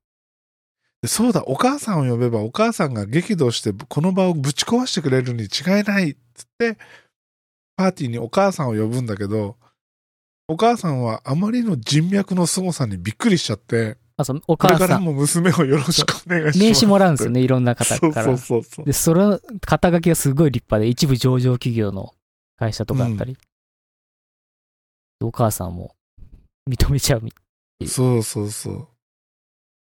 Speaker 1: でそうだ、お母さんを呼べばお母さんが激怒して、この場をぶち壊してくれるに違いないっつって、パーティーにお母さんを呼ぶんだけど、お母さんはあまりの人脈の凄さにびっくりしちゃって、
Speaker 2: あ、そう、お
Speaker 1: これ
Speaker 2: 母
Speaker 1: から
Speaker 2: さん、
Speaker 1: も娘をよろしくお願いします。
Speaker 2: 名刺もらうんですよね、いろんな方から。
Speaker 1: そうそうそうそう。
Speaker 2: で、その肩書きがすごい立派で、一部上場企業の会社とかあったり、お母さんも認めちゃうみ、
Speaker 1: そうそうそう。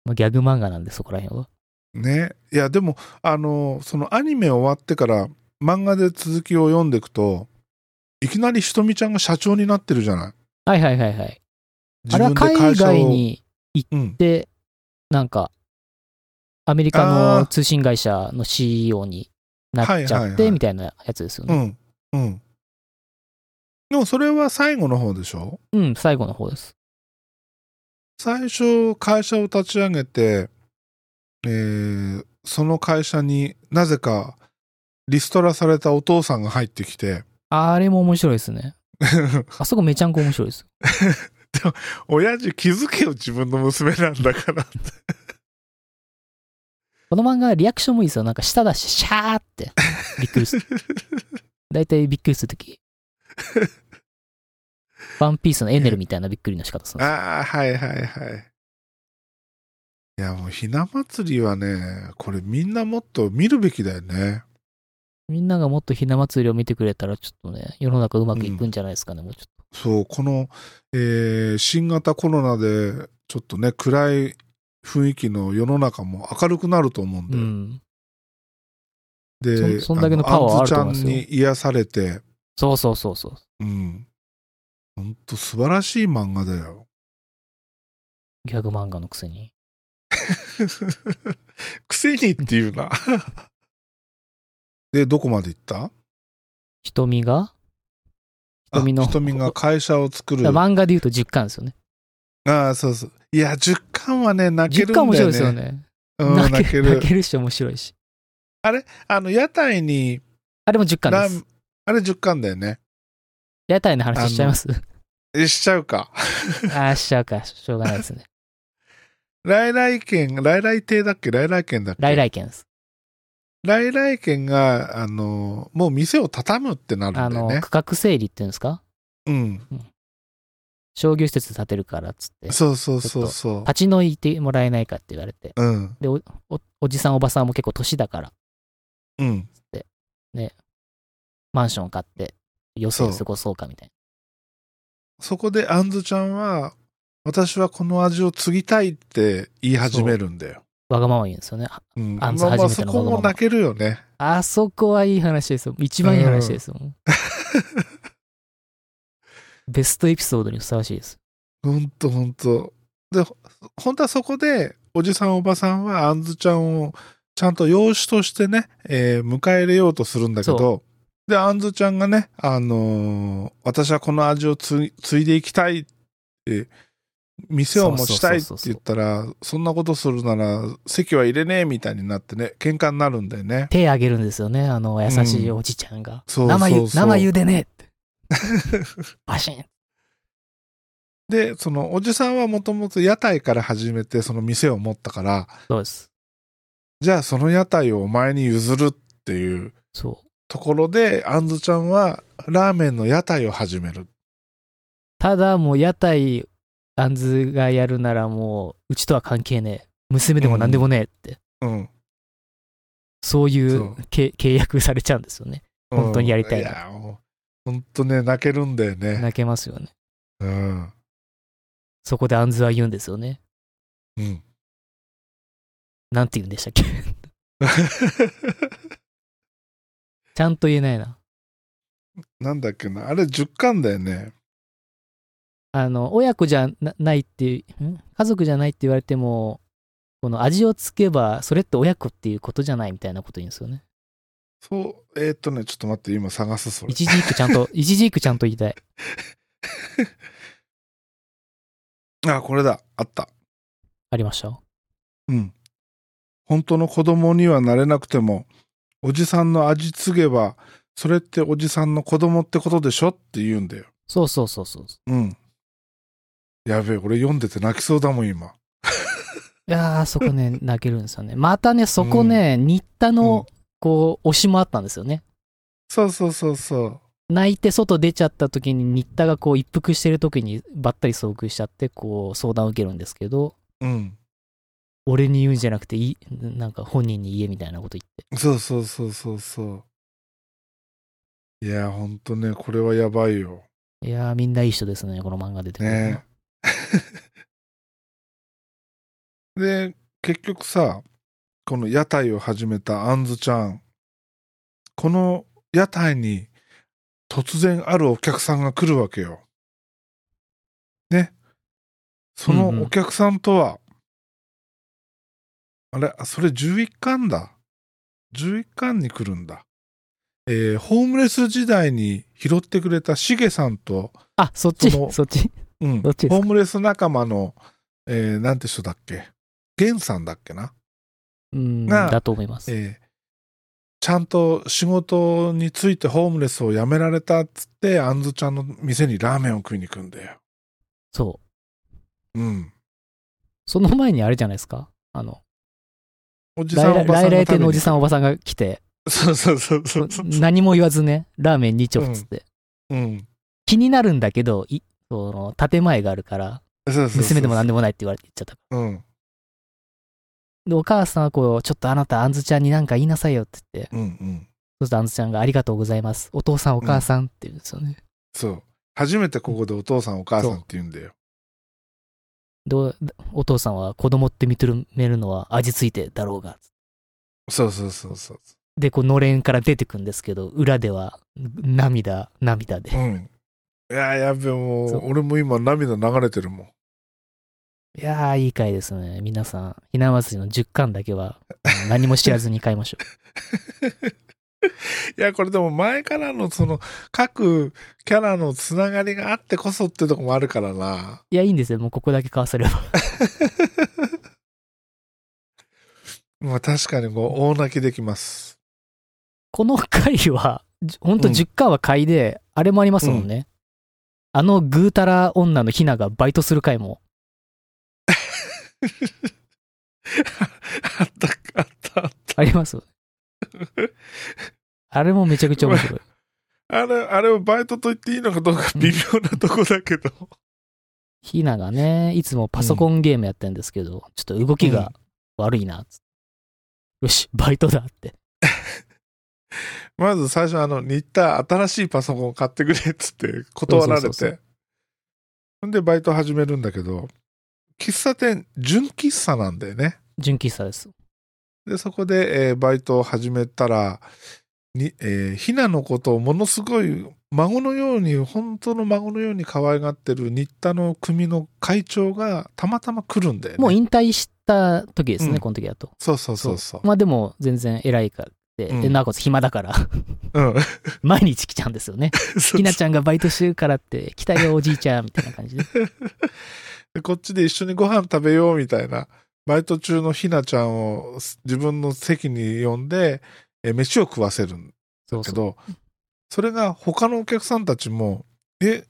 Speaker 2: まあ、ギャグ漫画なんで、そこら辺は。
Speaker 1: ねいやでもあのそのアニメ終わってから漫画で続きを読んでいくといきなりひとみちゃんが社長になってるじゃない
Speaker 2: はいはいはいはい。あ
Speaker 1: 自
Speaker 2: れは
Speaker 1: 分で
Speaker 2: 海
Speaker 1: 会社を
Speaker 2: 外に
Speaker 1: うん
Speaker 2: 行って、なんか、アメリ
Speaker 1: あ
Speaker 2: カ
Speaker 1: ー
Speaker 2: の通信会社の CEO になっち
Speaker 1: はい
Speaker 2: ゃ
Speaker 1: は
Speaker 2: っ
Speaker 1: いはい
Speaker 2: て、みたいなやつですよ
Speaker 1: う
Speaker 2: ね。
Speaker 1: んうんでもそれは最後の方でしょ
Speaker 2: うん、最後の方です。
Speaker 1: 最初会社を立ち上げて、えーその会社になぜかリストラされたお父さんが入ってきて [laughs]
Speaker 2: あれも面白いですね。あそこめちゃんこ面白いです。
Speaker 1: 親父気づけよ自分の娘なんだからって
Speaker 2: この漫画リアクションもいいですよ。なんか舌出して、シャーって。びっくりする。大体びっくりする
Speaker 1: [laughs]
Speaker 2: とき。ワンピースのエネルみたいなびっくりの仕方するんですよ
Speaker 1: ああ、はいはいはい。いや、もうひな祭りはね、これみんなもっと見るべきだよね。
Speaker 2: みんながもっとひな祭りを見てくれたら、ちょっとね、世の中うまくいくんじゃないですかね、もうちょっと。
Speaker 1: そう、この、えー新型コロナで、ちょっとね、暗い雰囲気の世の中も明るくなると思うん
Speaker 2: う
Speaker 1: だよ。
Speaker 2: ん。
Speaker 1: で、
Speaker 2: そそんだけのパワーはあると思い
Speaker 1: あ
Speaker 2: ま
Speaker 1: んず
Speaker 2: す
Speaker 1: ち
Speaker 2: よ
Speaker 1: ゃんに癒されて、
Speaker 2: そうそうそうそ
Speaker 1: う
Speaker 2: う。
Speaker 1: ん。ほんと素晴らしい漫画だ
Speaker 2: [laughs]
Speaker 1: よ。
Speaker 2: ギャグ漫画のくせに。
Speaker 1: くせにっていうな。 [laughs] で、どこまで行った
Speaker 2: 瞳が
Speaker 1: あ
Speaker 2: 瞳の
Speaker 1: 瞳が会社を作る。
Speaker 2: だから漫画で言うと10巻ですよね。
Speaker 1: ああ、そうそう。いや、10巻はね、泣ける
Speaker 2: 10
Speaker 1: んだよ
Speaker 2: 巻
Speaker 1: ね。
Speaker 2: 面白いですよ。ね。
Speaker 1: うん、泣ける。
Speaker 2: 泣けるし面白いし。
Speaker 1: あの、屋台に、
Speaker 2: あれも10巻
Speaker 1: ラ
Speaker 2: です
Speaker 1: ン。あれ10巻だよね。
Speaker 2: 屋台の話しちゃいます
Speaker 1: えしちゃうか。
Speaker 2: [laughs] ああー、しちゃうか。しょうがな
Speaker 1: [laughs]
Speaker 2: いですね。
Speaker 1: 来来県、来来亭だっけ来来県だっけ
Speaker 2: 来来県です。
Speaker 1: 来来県が、あの、もう店を畳むってなる
Speaker 2: あ
Speaker 1: んだよ
Speaker 2: の、
Speaker 1: ね
Speaker 2: 区。画整理っていうんですか
Speaker 1: うん。
Speaker 2: 商業施設建てるからっつって、
Speaker 1: そうそうそうそう。
Speaker 2: 立ち退いてもらえないかって言われて、
Speaker 1: うん。
Speaker 2: で、おおおじさんおばさんも結構年だから、
Speaker 1: うん。
Speaker 2: マンション買って、余生
Speaker 1: そう
Speaker 2: 過ごそうかみたい
Speaker 1: そこで、あんずちゃんは、私はこの味を継ぎたいって言い始めるんだよ。
Speaker 2: な。わがまま言うんですよね。あ
Speaker 1: うん。ま
Speaker 2: あ
Speaker 1: あ
Speaker 2: んず
Speaker 1: まあ、
Speaker 2: 初めて
Speaker 1: そ
Speaker 2: の
Speaker 1: こ
Speaker 2: わがまま
Speaker 1: も泣けるよね。
Speaker 2: あそこはいい話ですよ。一番いい話ですよ。 [laughs] ベストエピソードにふさわしいです。
Speaker 1: ほんとほんと。で、ほ本当はそこで、おじさんおばさんはあんずちゃんをちゃんと養子としてね、えー迎え入れようとするんだけど、で、アンズちゃんがね、あのー私はこの味をつい継いでいきたいって、店を持ちたいって言ったら、そんなことするなら席は入れねえみたいになってね、喧嘩になるんだよね。
Speaker 2: 手あげるんですよね、あの、優しいおじちゃんが。
Speaker 1: そう
Speaker 2: 生
Speaker 1: そ
Speaker 2: ゆ
Speaker 1: うそう
Speaker 2: 生ゆで
Speaker 1: [laughs]
Speaker 2: ねえって。バシン。
Speaker 1: で、そのおじさんはもともと屋台から始めてその店を持ったから、
Speaker 2: そうです。
Speaker 1: じゃあその屋台をお前に譲るっていう
Speaker 2: そう。
Speaker 1: ところで、アンズちゃんはラーメンの屋台を始める。
Speaker 2: ただもう屋台、あんずがやるならもう、うちとは関係ねえ。娘でも何でもねえって。
Speaker 1: うん。
Speaker 2: そうい
Speaker 1: そう
Speaker 2: うけ契約されちゃうんですよね。本当にやりたいな
Speaker 1: な。もう本当ね、泣けるんだよね。
Speaker 2: 泣けますよね。
Speaker 1: うん。
Speaker 2: そこであんずは言うんですよね。
Speaker 1: うん。 [laughs]
Speaker 2: なんて言うんでしたっけ [laughs] ちゃんと言えないな。
Speaker 1: なんだっけな。あれ10巻だよね。
Speaker 2: あの、親子じゃなないっていう、ん家族じゃないって言われても、この味をつけば、それって親子っていうことじゃないみたいなこと言うんですよね。
Speaker 1: そう、えーっとね、ちょっと待って、今探す、それ。
Speaker 2: 一字一句ちゃんと、一字一句ちゃんと言いたい。
Speaker 1: あ、これだ。あった。
Speaker 2: ありました
Speaker 1: うん。本当の子供にはなれなくても、おじさんの味継げば、それっておじさんの子供ってことでしょって言うんだよ。
Speaker 2: そうそうそうそう。
Speaker 1: うん。やべえ、俺読んでて泣きそうだもん、今。
Speaker 2: いやー、そこね、泣けるんですよね。またね、そこね、新田の、こう、推しもあったんですよね。
Speaker 1: そうそうそうそ
Speaker 2: 泣いて外出ちゃった時に、新田がこう、一服してる時に、ばったり遭遇しちゃって、こう、相談を受けるんですけど、
Speaker 1: う。うん。
Speaker 2: 俺に言うんじゃなくて、いなんか本人に言えみたいなこと言って。
Speaker 1: そうそうそうそうそう。いやー、ほんとね、これはやばいよ。
Speaker 2: いやー、みんないい人ですね、この漫画出てくるの。
Speaker 1: ね [laughs] で、結局さ、この屋台を始めたあんずちゃん、この屋台に突然あるお客さんが来るわけよ。ね。そ
Speaker 2: うんうん
Speaker 1: のお客さんとは、あれ、あそれ11巻だ。11巻に来るんだ。えーホームレス時代に拾ってくれたしげさんと、
Speaker 2: あ、そっち
Speaker 1: そ
Speaker 2: そ
Speaker 1: の
Speaker 2: っち
Speaker 1: うん、
Speaker 2: どっちですか
Speaker 1: ホームレス仲間の、えーなんて人だっけゲンさんだっけな、
Speaker 2: うん、
Speaker 1: が
Speaker 2: だと思います。
Speaker 1: えーちゃんと仕事についてホームレスを辞められたっつってあんずちゃんの店にラーメンを食いに行くんだよ
Speaker 2: そう。
Speaker 1: うん
Speaker 2: その前にあれじゃないですか。あの、
Speaker 1: おじさんお
Speaker 2: 来
Speaker 1: ばさん
Speaker 2: 来亭のおじさん
Speaker 1: を
Speaker 2: おばさんが来て、
Speaker 1: そうそうそうそうそう
Speaker 2: 何も言わずね、ラーメン2丁っつって。
Speaker 1: うん
Speaker 2: 気になるんだけど、いその建前があるから、
Speaker 1: そうそうそう
Speaker 2: 娘でも何でもないって言われて言っちゃった。
Speaker 1: うん
Speaker 2: で、お母さんはこう、ちょっとあなた、あんずちゃんになんか言いなさいよって言って、
Speaker 1: うんうん
Speaker 2: そうするとあんずちゃんがありがとうございます。お父さん、お母さんって言うんですよね。
Speaker 1: そう初めてここでお父さんお母さんって言うんだよ
Speaker 2: で、お父さんは子供って認めるのは味ついてだろうが。
Speaker 1: そうそうそうそう
Speaker 2: で、こう、のれんから出てくんですけど、裏では涙、涙で
Speaker 1: う。んいやーやべえも
Speaker 2: そう
Speaker 1: う俺も今涙流れてるもん
Speaker 2: いやー、いい回ですね。皆さん、ひな祭りの10巻だけは、うん何も知らずに買いま
Speaker 1: [laughs]
Speaker 2: しょ
Speaker 1: いや、これでも前からのその各キャラのつながりがあってこそってとこもあるからな。
Speaker 2: う。いや、いいんですよ。もうここだけ買わせれ
Speaker 1: [laughs]
Speaker 2: ば。
Speaker 1: まあ確かにこう大泣きできます。
Speaker 2: この回は、じほんと
Speaker 1: うん
Speaker 2: 10巻は回で、あれもありますもんね。あのぐうたら女のひながバイトする回も、
Speaker 1: あった、あった、あった。
Speaker 2: ありますよ
Speaker 1: [laughs]
Speaker 2: ねあれもめちゃくちゃ面白い。
Speaker 1: あれ、あれをバイトと言っていいのかどうか微妙なとこだけど。
Speaker 2: ひながね、いつもパソコンゲームやってるんですけど、ちょっと動きが悪いなっつって、よし、バイトだって。
Speaker 1: まず最初あの、新田新しいパソコンを買ってくれっつって断られ
Speaker 2: そうそうそうそ
Speaker 1: て。ほんでバイト始めるんだけど、喫茶店、純喫茶なんだよね。
Speaker 2: 純喫茶です。
Speaker 1: で、そこで、えーバイトを始めたら、に、えーひなのことをものすごい孫のように、本当の孫のように可愛がってる新田の組の会長がたまたま来るんだよね。
Speaker 2: もう引退しった時ですね、
Speaker 1: うん
Speaker 2: この時だと。
Speaker 1: そうそうそうそう。
Speaker 2: まあでも、全然偉いから。で、
Speaker 1: うん
Speaker 2: でなおかつ暇だから、 [laughs]
Speaker 1: うん。
Speaker 2: 毎日来ちゃうんです
Speaker 1: [laughs]
Speaker 2: よね。
Speaker 1: そう
Speaker 2: ひなちゃんがバイトしてるからって、来たよ、おじいちゃん、みたいな感
Speaker 1: [laughs]
Speaker 2: じで。
Speaker 1: でこっちで一緒にご飯食べようみたいな、バイト中のひなちゃんを自分の席に呼んで、え飯を食わせるん
Speaker 2: そう
Speaker 1: だけ
Speaker 2: そう。
Speaker 1: ど、それが他のお客さんたちも、え、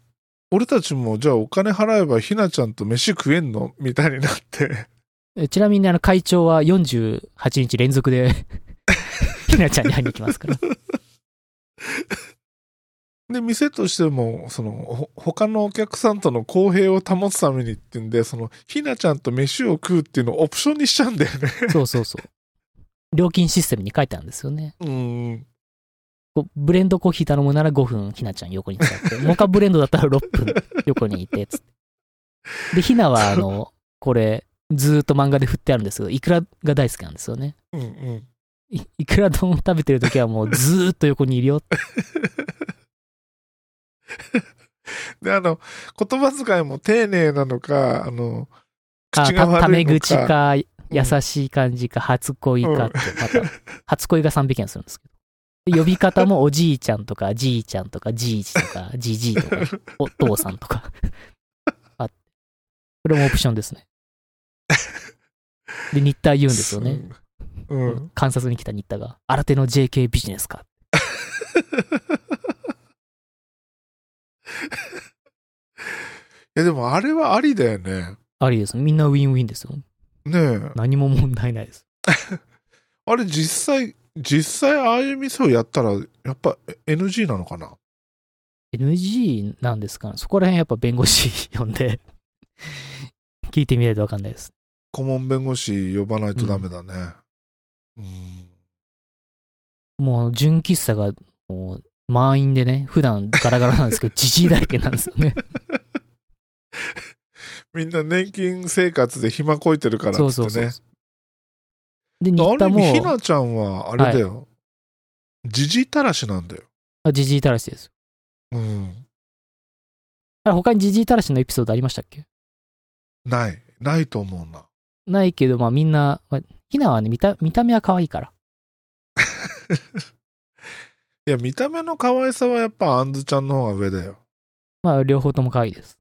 Speaker 1: 俺たちもじゃあお金払えばひなちゃんと飯食えんのみたいになって、 [laughs]
Speaker 2: えちなみに、あの、会長は48日連続で、 [laughs] ひなちゃんに会いに行きま
Speaker 1: [laughs]
Speaker 2: すから。
Speaker 1: で、店としても、その、ほ他のお客さんとの公平を保つためにっていうんで、その、ひなちゃんと飯を食うっていうのをオプションにしちゃうんだよ
Speaker 2: [laughs]
Speaker 1: ね。
Speaker 2: そうそうそう。料金システムに書いてあるんですよね。
Speaker 1: うん。
Speaker 2: こうブレンドコーヒー頼むなら5分、ひなちゃん横に座って、モカブレンドだったら6分横にいて、つって。で、ひなは、あの、これ、ずーっと漫画で振ってあるんですけど、イクラが大好きなんですよね。
Speaker 1: うんうん。
Speaker 2: いいくら丼を食べてるときはもうずーっと横にいるよって。
Speaker 1: で、あの、言葉遣いも丁寧なのか、あの、
Speaker 2: あ
Speaker 1: 口が悪
Speaker 2: た
Speaker 1: いのか。
Speaker 2: ため口か、優
Speaker 1: うん
Speaker 2: しい感じか、初恋
Speaker 1: うん
Speaker 2: かって、また、初恋が3匹なんするんですけど。で呼び方もおじいちゃんとか、じいちゃんとか、じいちとか、じじいとか、お父さん
Speaker 1: [laughs]
Speaker 2: とか。あって。これもオプションですね。で、新田言うんですよね。
Speaker 1: そう。うん。
Speaker 2: 観察に来た新田が、新手の JK ビジネスか。
Speaker 1: いや、でもあれはありだよね。
Speaker 2: ありです。みんなウィンウィンですよ。
Speaker 1: ねえ。
Speaker 2: 何も問題ないです。
Speaker 1: あれ実際、実際ああいう店をやったら、やっぱ NG なのかな
Speaker 2: NG なんですかねそこら辺やっぱ弁護士呼んで聞いてみないと分かんないです。
Speaker 1: 顧問弁護士呼ばないとダメだね。うん。
Speaker 2: もう純喫茶がもう満員でね、普段ガラガラな
Speaker 1: [laughs]
Speaker 2: んですけど、じじいだらけなんですよね。
Speaker 1: みんな年金生活で暇こいてるからっつって
Speaker 2: そ
Speaker 1: ね。
Speaker 2: うそうそう。で、新
Speaker 1: あ
Speaker 2: 田
Speaker 1: る意味、ひ
Speaker 2: も
Speaker 1: なちゃんはあれだよ。じじいたらしなんだよ。
Speaker 2: あじじいたらしです。
Speaker 1: うん。
Speaker 2: あれ他にじじいたらしのエピソードありましたっけ
Speaker 1: ない。ないと思うな。
Speaker 2: ないけど、まあみんな、まあひなはね見た、見た目は可愛いから。
Speaker 1: いや、見た目の可愛さはやっぱあんずちゃんの方が上だよ。
Speaker 2: まあ両方とも可愛いです。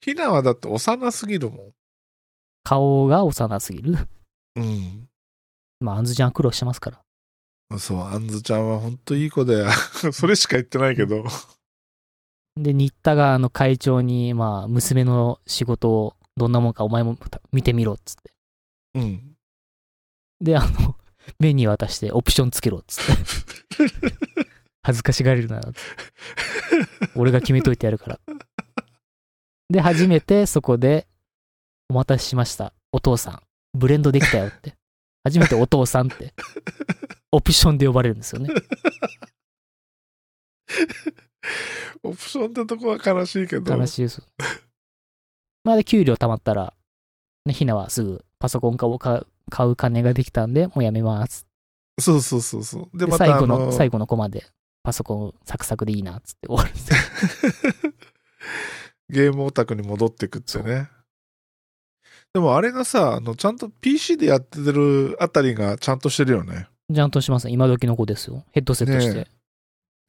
Speaker 1: ひなはだって幼すぎるも
Speaker 2: 顔が幼すぎる。 [laughs]
Speaker 1: ん。うん。
Speaker 2: まあ、あんずちゃんは苦労してますから。
Speaker 1: そう、あんずちゃんはほんといい子だよ。 [laughs] それしか言ってないけど。
Speaker 2: で、新田があの会長に、まあ、娘の仕事をどんなもんかお前も見てみろっつって。
Speaker 1: うん。
Speaker 2: で、あの、メニュー渡してオプションつけろっ
Speaker 1: [laughs]
Speaker 2: つって。恥ずかしがれるなっつって。俺が決めといてやるから。で、初めてそこで、お待たせしました。お父さん。ブレンドできたよって。初めてお父さんって。オプションで呼ばれるんですよね。
Speaker 1: オプションってとこは悲しいけど。
Speaker 2: 悲しいです。まあで、給料貯まったら、ね、ひなはすぐパソコンを買う買う金ができたんで、もうやめます。
Speaker 1: そうそうそうそう。で、
Speaker 2: で
Speaker 1: また
Speaker 2: 最後
Speaker 1: あ
Speaker 2: の、
Speaker 1: の
Speaker 2: 最後のコマで、パソコンサクサクでいいな、つって終わるんですよ。
Speaker 1: ゲームオタクに戻ってくってね。でもあれがさ、あの、ちゃんと PC でやってるあたりがちゃんとしてるよね。
Speaker 2: ちゃんとしますね。今時の子ですよ。ヘッドセットして。
Speaker 1: ねえ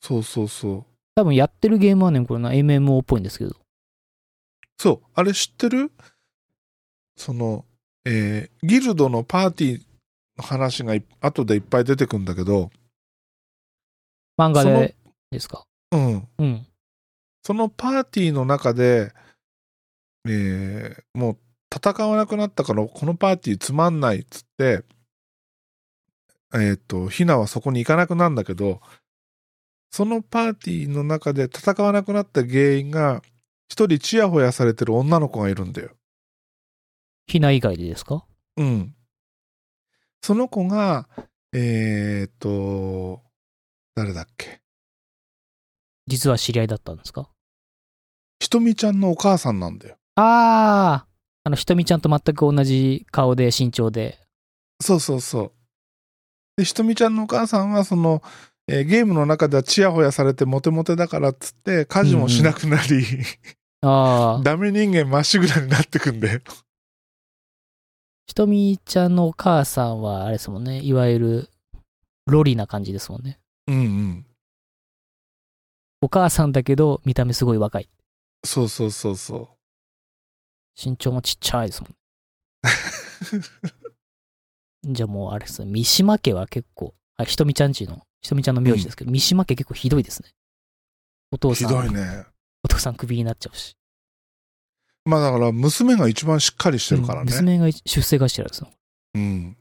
Speaker 1: そうそうそう。
Speaker 2: 多分やってるゲームはね、これな、MMO っぽいんですけど。
Speaker 1: そう、あれ知ってるその、えーギルドのパーティーの話がい後でいっぱい出てくんだけど、
Speaker 2: 漫画
Speaker 1: その
Speaker 2: でですか。
Speaker 1: うん。
Speaker 2: うん。
Speaker 1: そのパーティーの中で、えーもう戦わなくなったから、このパーティーつまんないっつって、えーっ、と、ヒナはそこに行かなくなるんだけど、そのパーティーの中で戦わなくなった原因が、一人チヤホヤされてる女の子がいるんだよ。
Speaker 2: ひな以外でですか
Speaker 1: うん。その子が、えーっ、と、誰だっけ。
Speaker 2: 実は知り合いだったんですか
Speaker 1: ひとみちゃんのお母さんなんだよ。
Speaker 2: あー、あの、ひとみちゃんと全く同じ顔で、身長で。
Speaker 1: そうそうそう。で、ひとみちゃんのお母さんは、その、えーゲームの中ではチヤホヤされてモテモテだからっつって、家事もしなくなり、
Speaker 2: あー、
Speaker 1: ダメ人間まっしぐらになってくんで。
Speaker 2: ひとみちゃんのお母さんは、あれですもんね、いわゆる、ロリな感じですもんね。
Speaker 1: うんうん。
Speaker 2: お母さんだけど、見た目すごい若い。
Speaker 1: そうそうそうそ
Speaker 2: 身長もちっちゃいですもん。 [laughs] じゃあもう、あれですね、三島家は結構、あひとみちゃんちの、ひとみちゃんの名字ですけど、三島家結構ひどいですね。お
Speaker 1: う。
Speaker 2: 父
Speaker 1: ひ
Speaker 2: さ
Speaker 1: どい
Speaker 2: ん、
Speaker 1: ね。
Speaker 2: お父さんクビになっちゃうし。
Speaker 1: まあだから、娘が一番しっかりしてるから
Speaker 2: うん
Speaker 1: ね。
Speaker 2: 娘が出世頭ですよ。
Speaker 1: うん。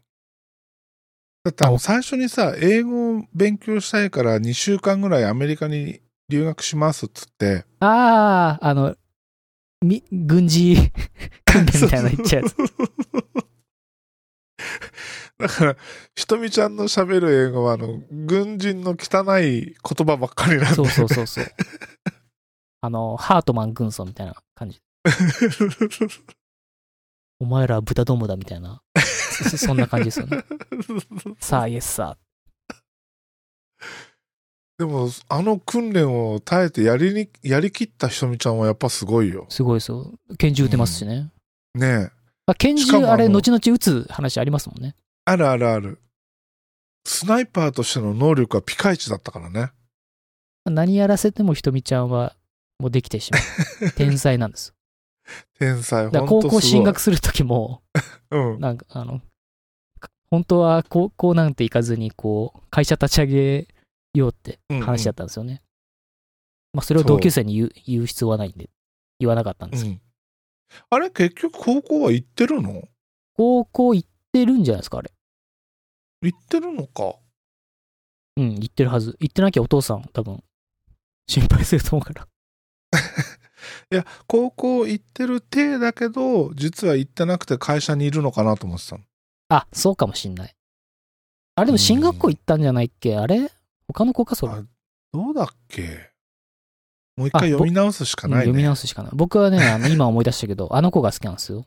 Speaker 1: だってあの
Speaker 2: あ
Speaker 1: 最初にさ、英語を勉強したいから2週間ぐらいアメリカに留学しますっつって。
Speaker 2: ああ、あの、み、
Speaker 1: [laughs]
Speaker 2: 軍事訓練みたいなの言っちゃうやつ。
Speaker 1: だから、ひとみちゃんの喋る英語は、あの、軍人の汚い言葉ばっかりなん
Speaker 2: そ
Speaker 1: で
Speaker 2: う。そうそうそう。あの、ハートマン軍曹みたいな感じ。お前らは豚どもだみたいな。そそんな感じで
Speaker 1: [laughs]
Speaker 2: すよね。さあ、イエスさ
Speaker 1: でも、あの訓練を耐えてやりに、やりきったひとみちゃんはやっぱすごいよ
Speaker 2: あ。。すごいですよ。拳銃撃てますしね。
Speaker 1: ねえ。
Speaker 2: まあ、拳
Speaker 1: しか
Speaker 2: 銃、
Speaker 1: もあの
Speaker 2: あれ、後々撃つ話ありますもんね。
Speaker 1: あるあるある。スナイパーとしての能力はピカイチだったからね。
Speaker 2: 何やらせてもひとみちゃんは、もうできてしま
Speaker 1: [laughs]
Speaker 2: う。天才なんですよ。
Speaker 1: 天才、
Speaker 2: だから
Speaker 1: 本
Speaker 2: 高
Speaker 1: 当
Speaker 2: 校
Speaker 1: すご
Speaker 2: 進
Speaker 1: い。
Speaker 2: 学するときも、
Speaker 1: うん。
Speaker 2: なんか、あの、か本当は高校なんて行かずに、こう、会社立ち上げようって話だったんですよね。まあ、それを同級生に言う言う必要はないんで、言わなかったんですけど、
Speaker 1: うんあれ、結局高校は行ってるの
Speaker 2: 高校行ってるんじゃないですか、あれ。
Speaker 1: 行ってるのか。
Speaker 2: うん、行ってるはず。行ってなきゃお父さん、多分、心配すると思うから。
Speaker 1: いや、高校行ってる体だけど、実は行ってなくて会社にいるのかなと思ってたの。
Speaker 2: あ、そうかもしんない。あれ、でも進学校行ったんじゃないっけあれ他の子か、それ。
Speaker 1: あどうだっけもう一回読み直すしか
Speaker 2: うん
Speaker 1: ない
Speaker 2: 読み
Speaker 1: ね。
Speaker 2: 直すしかない。
Speaker 1: [laughs]
Speaker 2: 僕はね、あの今思い出したけど、あの子が好きなんですよ。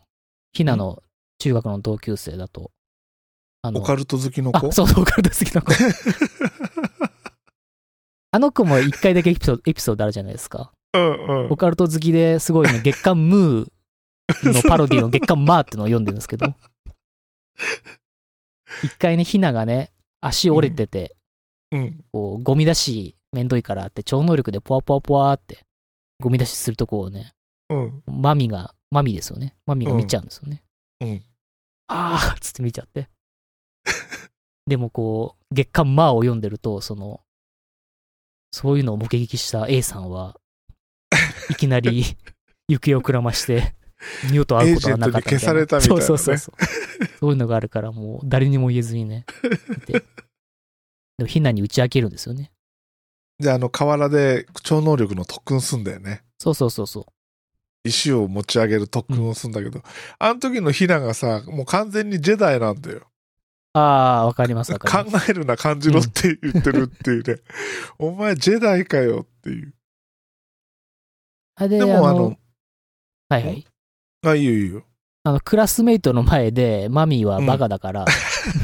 Speaker 2: ひなの中学の同級生だと。あの
Speaker 1: オカルト好きの
Speaker 2: あ
Speaker 1: 子
Speaker 2: そうそう、オカルト好き
Speaker 1: [laughs]
Speaker 2: な子。あの子も一回だけエピソードエピソードあるじゃないですか。
Speaker 1: うんう
Speaker 2: オカルト好きですごいね、月刊ムーのパロディの月刊マーってのを読んでるんですけ
Speaker 1: [laughs]
Speaker 2: ど、一回ね、ひながね、足折れてて、
Speaker 1: うん。
Speaker 2: こう、ゴミ出しめんどいからって、超能力でポワポワポワって、ゴミ出しするとこをね、
Speaker 1: うん。
Speaker 2: マミが、マミですよね。マミが見ちゃうんですよね。
Speaker 1: うんうん
Speaker 2: あーっつって見ちゃって。でもこう、月刊マーを読んでると、その、そういうのを目撃した A さんは、いきな
Speaker 1: [laughs]
Speaker 2: り行方をくらまして、二度と会うことはなかったみたいな。
Speaker 1: エージェントに消されたみたいなね
Speaker 2: そうそうそうそう。そういうのがあるから、もう誰にも言えずにね。で、でもヒナに打ち明けるんですよね。
Speaker 1: じゃあ、あの、河原で超能力の特訓すんだよね。
Speaker 2: そうそうそうそう。
Speaker 1: 石を持ち上げる特訓をすんだけど、あの時のヒナがさ、もう完全にジェダイなんだよ。
Speaker 2: あー、わかりますわ
Speaker 1: 考
Speaker 2: かります。
Speaker 1: えるな、感じろって言ってるっていう [laughs] ね。お前、ジェダイかよっていう。
Speaker 2: あで
Speaker 1: でも、あの、
Speaker 2: はいはい。
Speaker 1: あ、いいよいいよ。
Speaker 2: あの、クラスメイトの前で、マミーはバカだから、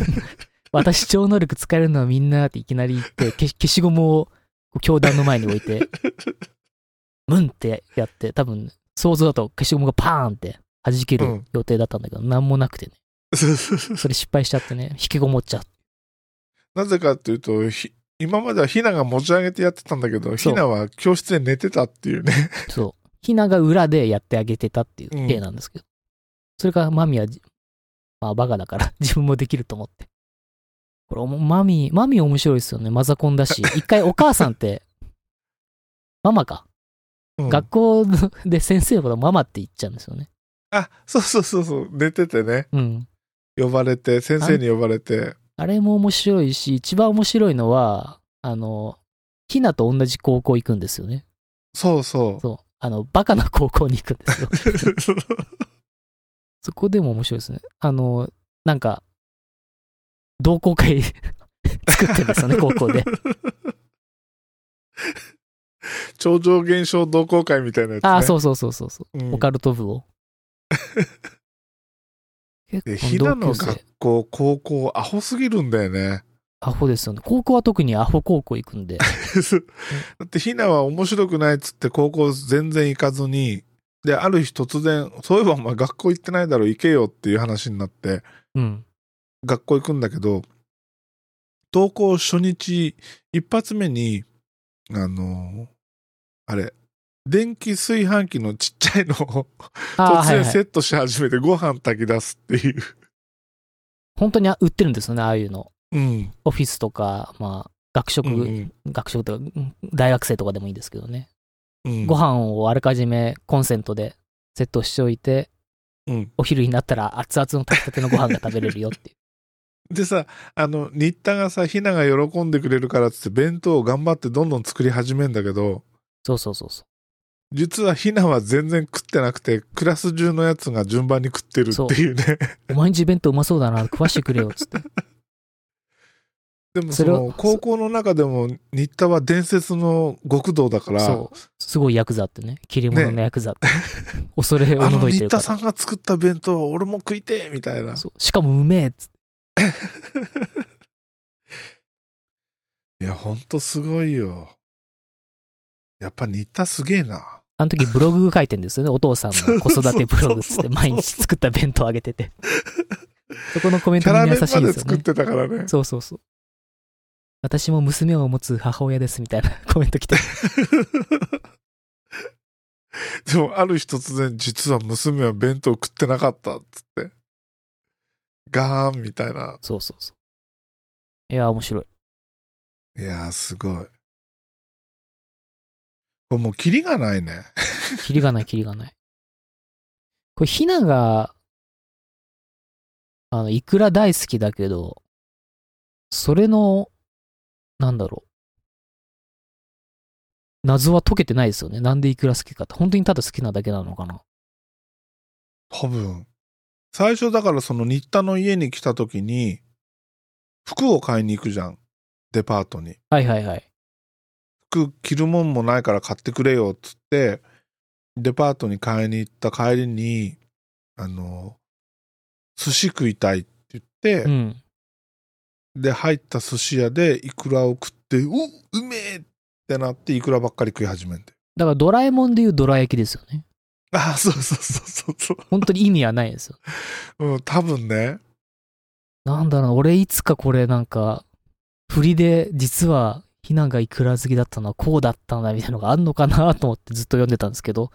Speaker 2: [laughs] 私超能力使えるのはみんなっていきなり言って、け消しゴムをこう教団の前に置
Speaker 1: [laughs]
Speaker 2: いて、ムンってやって、多分、想像だと消しゴムがパーンって弾け
Speaker 1: う
Speaker 2: る
Speaker 1: ん
Speaker 2: 予定だったんだけど、なんもなくてね。それ失敗しちゃってね、引きこもっちゃって。
Speaker 1: なぜかっていうと、ひ今まではヒナが持ち上げてやってたんだけど、
Speaker 2: そ
Speaker 1: ヒ
Speaker 2: う
Speaker 1: ナは教室で寝てたっていうね。
Speaker 2: そう。ひなが裏でやってあげてたっていう例なんですけど。それからマミはじ、まあバカだから [laughs] 自分もできると思って。これおも、マミ、マミ面白いですよね。マザコンだし。一回お母さんって、ママか。
Speaker 1: うん
Speaker 2: 学校ので先生のことママって言っちゃうんですよね。
Speaker 1: あ、そうそうそうそう、寝ててね。
Speaker 2: うん。
Speaker 1: 呼ばれて、先生に呼ばれて。
Speaker 2: あれも面白いし、一番面白いのは、あの、ひなと同じ高校行くんですよね。
Speaker 1: そうそ
Speaker 2: そう。あの、バカな高校に行くんですよ。
Speaker 1: う。
Speaker 2: そこでも面白いですね。あの、なんか、同好会 [laughs] 作ってるんです
Speaker 1: [laughs]
Speaker 2: よね、高校で。
Speaker 1: [laughs] 超常現象同好会みたいなやつ、ね。
Speaker 2: ああ、そうそうそうそうそうう。
Speaker 1: ん。
Speaker 2: オカルト
Speaker 1: [laughs]
Speaker 2: 部を。
Speaker 1: で、
Speaker 2: 結
Speaker 1: ヒナ
Speaker 2: 構同
Speaker 1: の
Speaker 2: 級生
Speaker 1: 学。校、高校、アホすぎるんだよね。
Speaker 2: アホですよね。高校は特にアホ高校行く
Speaker 1: [laughs]
Speaker 2: んで。
Speaker 1: だってヒナは面白くないっつって高校全然行かずに、で、ある日突然、そういえばお前学校行ってないだろ、行けよっていう話になって、
Speaker 2: うん。
Speaker 1: 学校行くんだけど、登校初日、一発目に、あの、あれ、電気炊飯器のちっちゃいのを
Speaker 2: あ
Speaker 1: 突
Speaker 2: あ、はい、
Speaker 1: 然
Speaker 2: は
Speaker 1: セ
Speaker 2: い。
Speaker 1: ットし始めてご飯炊き出すっていう。
Speaker 2: 本当にあ売ってるんですよね、ああいうの。
Speaker 1: うん。
Speaker 2: オフィスとか、まあ、学食、
Speaker 1: うん
Speaker 2: 学食とか、うん大学生とかでもいいですけどね。
Speaker 1: うん
Speaker 2: ご飯をあらかじめコンセントでセットしておいて、
Speaker 1: うん
Speaker 2: お昼になったら熱々の炊きたてのご飯が食べれるよっていう。
Speaker 1: でさ、あの、新田がさ、ひなが喜んでくれるからっつって弁当を頑張ってどんどん作り始めんだけど、
Speaker 2: そうそうそうそ
Speaker 1: 実はひなは全然食ってなくて、クラス中のやつが順番に食ってるっていうね。
Speaker 2: う。お前んち弁当うまそうだな、食わしてくれよ、つって。
Speaker 1: でも
Speaker 2: そ
Speaker 1: そ
Speaker 2: れを
Speaker 1: の、高校の中でも新田は伝説の極道だから、
Speaker 2: そう。すごいヤクザってね。切り物のヤクザって。恐れ
Speaker 1: あ
Speaker 2: を
Speaker 1: の
Speaker 2: のいて
Speaker 1: 新
Speaker 2: るか
Speaker 1: 田さ
Speaker 2: ら。
Speaker 1: んが作った弁当は俺も食いてえみたいな。
Speaker 2: そうしかもうめえっつって
Speaker 1: [laughs] いや、ほんとすごいよ。やっぱ新田すげえな。
Speaker 2: あの時ブログ書いてんですよね。お父さんの子育てブログっつっ
Speaker 1: そうそうそうそ
Speaker 2: て
Speaker 1: う
Speaker 2: 毎日作った弁当あげてて。そこのコメン
Speaker 1: キ
Speaker 2: ト
Speaker 1: ャ
Speaker 2: に
Speaker 1: ラ
Speaker 2: 優
Speaker 1: 弁
Speaker 2: しいで
Speaker 1: ますで
Speaker 2: よね。
Speaker 1: 作ってたからね。
Speaker 2: そうそうそう。私も娘を持つ母親ですみたいなコメント来て。
Speaker 1: [laughs] でも、ある日突然、実は娘は弁当食ってなかったっつって。ガーンみたいな。
Speaker 2: そうそうそう。いや、面白い。
Speaker 1: いやー、すごい。これもう、キリがないね。
Speaker 2: キリがない、キリがない。これ、ひなが、あの、いくら大好きだけど、それの、なんだろう。謎は解けてないですよね。なんでいくら好きかって。本当にただ好きなだけなのかな。
Speaker 1: 多分。最初、だから、その、新田の家に来た時に、服を買いに行くじゃん。デパートに。
Speaker 2: はいはいはい。
Speaker 1: 服着るもんもないから買ってくれよっつってデパートに買いに行った帰りにあの寿司食いたいって言って
Speaker 2: う、ん。
Speaker 1: で入った寿司屋でイクラを食ってううめえってなってイクラばっかり食い始めて
Speaker 2: だから、ドラえもんでいうドラ焼きですよね。
Speaker 1: ああそうそうそうそう
Speaker 2: 本当に意味はないですよ。
Speaker 1: そう、うん、多分ね
Speaker 2: なんだろうな、俺いつかこれなんか、振りで実は、ひながいくら好きだったのはこうだったんだみたいなのがあんのかなと思ってずっと読んでたんですけど、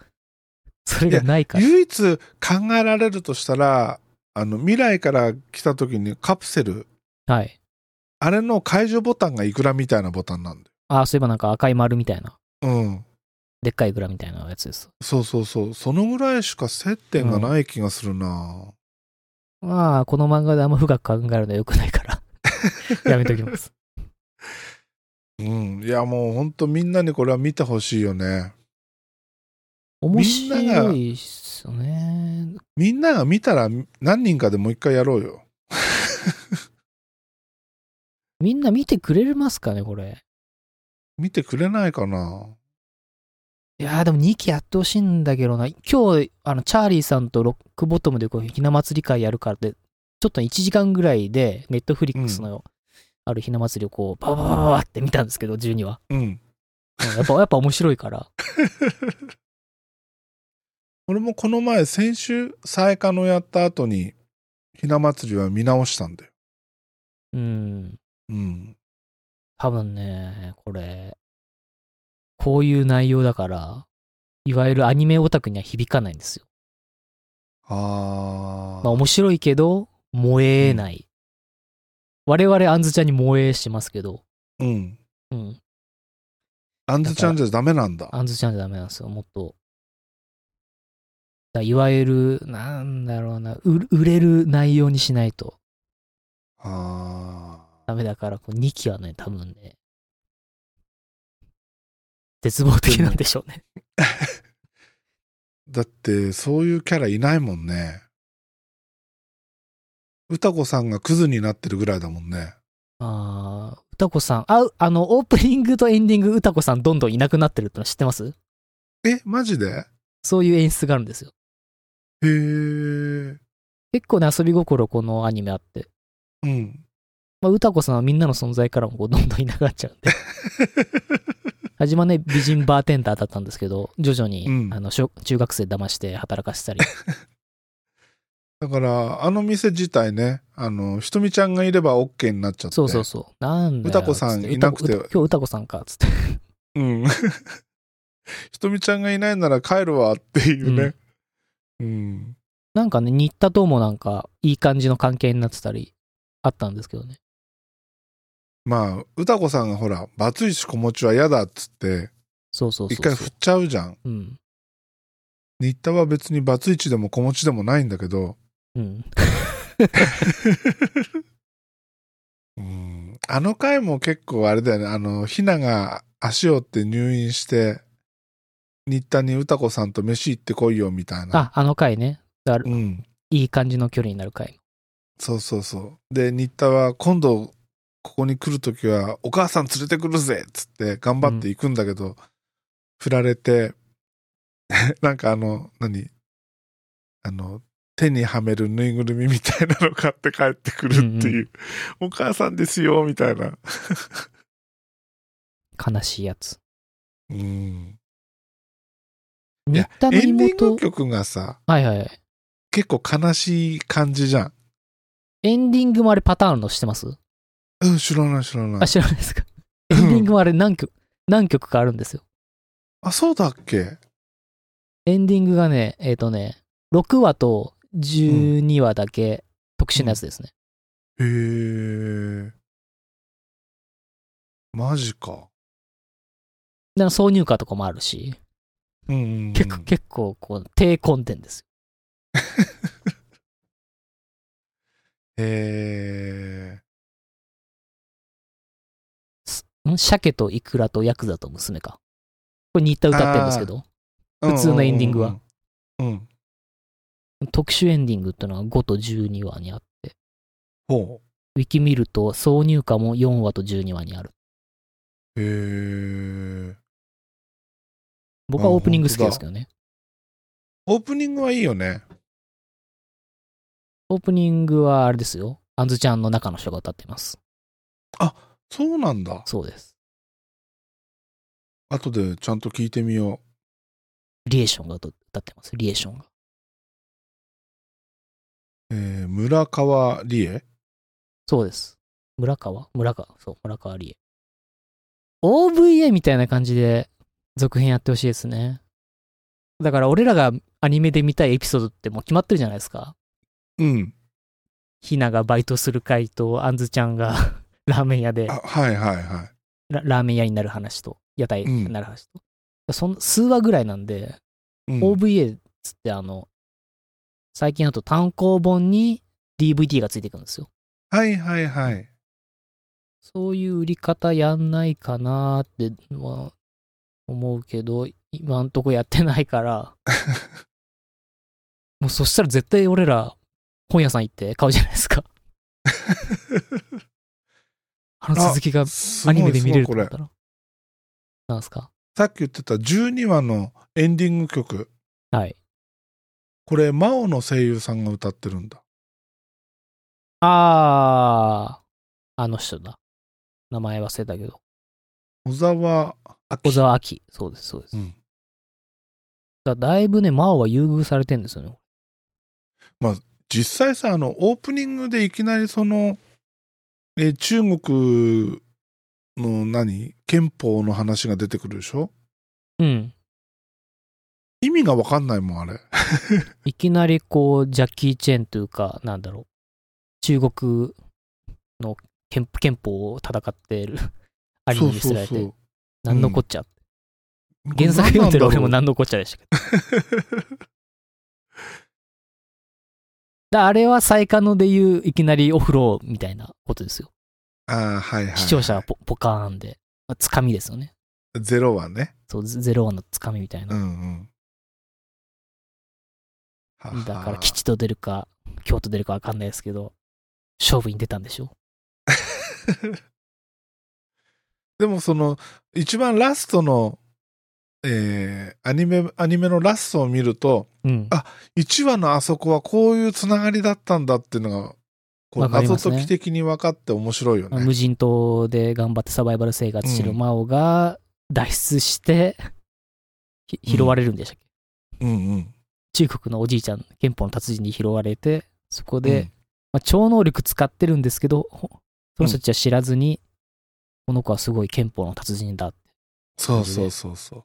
Speaker 2: それがないから。
Speaker 1: 唯一考えられるとしたらあの未来から来た時にカプセル
Speaker 2: はい。
Speaker 1: あれの解除ボタンがイクラみたいなボタンなんだ
Speaker 2: ああ、そういえばなんか赤い丸みたいな、
Speaker 1: ようん
Speaker 2: でっかいいくらみたいなやつです。
Speaker 1: そうそうそう。そのぐらいしか接点がない気がするな、
Speaker 2: まあ、この漫画であんま深く考えるのは良くな
Speaker 1: [laughs]
Speaker 2: いから、やめときます。
Speaker 1: うん。いや、もうほんとみんなにこれは見てほしいよね。
Speaker 2: 面
Speaker 1: んなが
Speaker 2: 白いっすよね。
Speaker 1: みんなが見たら何人かでもう一回やろうよ。
Speaker 2: みんな見てくれますかね、これ。
Speaker 1: 見てくれないかない
Speaker 2: やーでも2期やってほしいんだけどな。今日、あの、チャーリーさんとロックボトムでこう、ひな祭り会やるからで、ちょっと1時間ぐらいで、ネットフリックスのあるひな祭りをこう、バババババって見たんですけど、12話。
Speaker 1: うん。
Speaker 2: うんやっぱ、やっぱ面白いから。
Speaker 1: 俺もこの前、先週、サエカのやった後に、ひな祭りは見直したんだよ。
Speaker 2: うん。
Speaker 1: うん。
Speaker 2: 多分ね、これ、こういう内容だから、いわゆるアニメオタクには響かないんですよ。
Speaker 1: あー。
Speaker 2: まあ面白いけど、燃えない。我々、アンズちゃんに燃えしますけど、
Speaker 1: うん。
Speaker 2: うん。
Speaker 1: あんずちゃんじゃダメなんだ。
Speaker 2: アンズちゃんじゃダメなんですよ、もっと。だいわゆる、なんだろうな、売売れる内容にしないと
Speaker 1: あ
Speaker 2: ダメだから、こう2期はね、多分ね、絶望的なんでしょうね。
Speaker 1: ー。だって、そういうキャラいないもんね。歌子さんがクズになってるぐらいだもんね。
Speaker 2: あー、歌子さん、あ、あの、オープニングとエンディング、歌子さんどんどんいなくなってるっての知ってます
Speaker 1: え、マジで
Speaker 2: そういう演出があるんですよ。
Speaker 1: へえ。
Speaker 2: 結構ね、遊び心、このアニメあって。
Speaker 1: うん。 [laughs]
Speaker 2: まあ、歌子さんはみんなの存在からもこうどんどんいなくなっちゃうんで。初めはね、美人バーテンダーだったんですけど、徐々に、
Speaker 1: うん
Speaker 2: あの小中学生騙して働か
Speaker 1: [laughs]
Speaker 2: せたり、
Speaker 1: だから、あの店自体ね、あの、ひとみちゃんがいれば OK になっちゃって。
Speaker 2: そうそうそう。なんだよ
Speaker 1: 歌子さん
Speaker 2: つって
Speaker 1: いなくて
Speaker 2: 歌子今日歌子さんか、つって。
Speaker 1: うん。 [laughs] ひとみちゃんがいないなら帰るわっていうね。うん。
Speaker 2: なんかね、新田ともなんか、いい感じの関係になってたり、あったんですけどね。
Speaker 1: まあ、歌子さんがほら、バツイチ子持ちは嫌だっつって、
Speaker 2: そうそうそうそう。
Speaker 1: 一回振っちゃうじゃん。
Speaker 2: うん。
Speaker 1: 新田は別にバツイチでも子持ちでもないんだけど、
Speaker 2: うん。
Speaker 1: うん、あの回も結構あれだよね、あの、ひなが足をって入院して、新田に歌子さんと飯行ってこいよみたいな。
Speaker 2: あ、あの回ね。だから
Speaker 1: うん。
Speaker 2: いい感じの距離になる回。
Speaker 1: そうそうそう。で、新田は今度ここに来るときはお母さん連れてくるぜっつって頑張って行くんだけど、振られて、 [laughs] なんかあの、何あの、手にはめるぬいぐるみみたいなの買って帰ってくるっていう、お母さんですよ、みたいな。
Speaker 2: 悲しいやつ。
Speaker 1: うん。い
Speaker 2: 新
Speaker 1: や
Speaker 2: 田の
Speaker 1: エンディン
Speaker 2: 妹
Speaker 1: グ。曲がさ、
Speaker 2: はいはいはい。
Speaker 1: 結構悲しい感じじゃん。
Speaker 2: エンディングもあれパターンのしてます
Speaker 1: うん、知らない知らな
Speaker 2: あ、
Speaker 1: い。
Speaker 2: 知らないですか。エンディングもあれ何曲、何曲かあるんですよ。
Speaker 1: あ、そうだっけ
Speaker 2: エンディングがね、えっ、とね、6話と12話だけ特殊なやつですね。
Speaker 1: へえ。マジか。
Speaker 2: だから挿入歌とかもあるし、
Speaker 1: うんうんうん
Speaker 2: 結構、結構こう、低コンテンですよ。
Speaker 1: へえ。
Speaker 2: ん鮭とイクラとヤクザと娘か。これ新田歌ってるんですけど、普通のエンディングは
Speaker 1: うんうんうん。うん
Speaker 2: 特殊エンディングっていうのが5と12話にあって、
Speaker 1: ほ
Speaker 2: ウィキ見ると挿入歌も4話と12話にある。
Speaker 1: う。へえ。
Speaker 2: 僕はオープニング好きですけどね。
Speaker 1: オープニングはいいよね。
Speaker 2: オープニングはあれですよ。あんずちゃんの中の人が歌ってます。
Speaker 1: そうなんだ。
Speaker 2: そうです。
Speaker 1: 後でちゃんと聞いてみよ
Speaker 2: リエーションが歌ってます。リエーション
Speaker 1: う。
Speaker 2: が。
Speaker 1: えー、村川理恵
Speaker 2: そうです。村川村川。そう、村川理恵。OVA みたいな感じで続編やってほしいですね。だから俺らがアニメで見たいエピソードってもう決まってるじゃないですか。
Speaker 1: うん。
Speaker 2: ひながバイトする回と、あんずちゃんが [laughs] ラーメン屋で
Speaker 1: あ、はいはいはい。
Speaker 2: ラ、ラーメン屋になる話と、屋台になる話と。そん数話ぐらいなんで、
Speaker 1: うん、
Speaker 2: OVA っつってあの、最近だと単行本に DVD がついてくるんですよ。
Speaker 1: はいはいはい。
Speaker 2: そういう売り方やんないかなーって、まあ、思うけど、今んとこやってな
Speaker 1: [laughs]
Speaker 2: いから、もうそしたら絶対俺ら、本屋さん行って買うじゃないですか。あの続きが
Speaker 1: す
Speaker 2: ア
Speaker 1: ごい
Speaker 2: ニメで見れる
Speaker 1: す
Speaker 2: と
Speaker 1: ごい
Speaker 2: 思っ
Speaker 1: これ。
Speaker 2: たら。なんすか
Speaker 1: さっき言ってた12話のエンディング曲。
Speaker 2: はい。
Speaker 1: これ、真央の声優さんが歌ってるんだ。
Speaker 2: あー、あの人だ。名前忘れたけど。
Speaker 1: 小沢
Speaker 2: 小沢明。そうです、そうです。
Speaker 1: うん
Speaker 2: だだいぶね、マオは優遇されてんですよね。
Speaker 1: 実際さあのオープニングでいきなりその、えー中国の何憲法の話が出てくるでしょ
Speaker 2: うん。
Speaker 1: 意味が分かんないもんあれ
Speaker 2: いきなりこう、ジャッキー・チェンというか、なんだろう。中国の憲憲法を戦っ
Speaker 1: [laughs]
Speaker 2: てるアニメに捨てられて、なんのこっちゃ。原作読んでる俺も
Speaker 1: な
Speaker 2: なんのこっちゃでしたけど。だあれは最下ので言う、いきなりお風呂みたいなことですよ。
Speaker 1: [laughs] ああはいはい
Speaker 2: 視聴者はポポカーンで、まあつかみですよね。
Speaker 1: ゼロはね
Speaker 2: そう、ゼゼロワンのつかみみたいな
Speaker 1: う。んうんはは
Speaker 2: だから吉と出るか、京都出るか分かんないですけど、勝負に出たんでしょ
Speaker 1: でもその一番ラストのえーアニメアニメのラストを見ると
Speaker 2: うん
Speaker 1: あ。1話のあそこはこういうつながりだったんだっていうのがこう
Speaker 2: わかり
Speaker 1: 謎
Speaker 2: ますね
Speaker 1: 解き的に分かって面白いよね。
Speaker 2: 無人島で頑張ってサバイバル生活してる
Speaker 1: うん
Speaker 2: 真央が、脱出して、ひ拾われるんでしたっけ、
Speaker 1: うんうん。
Speaker 2: 中国のおじいちゃん、憲法の達人に拾われて、そこで、
Speaker 1: うん、
Speaker 2: まあ、超能力使ってるんですけど、ほその人たちは知らずに、この子はすごい憲法の達人だって。
Speaker 1: そうそうそうそう。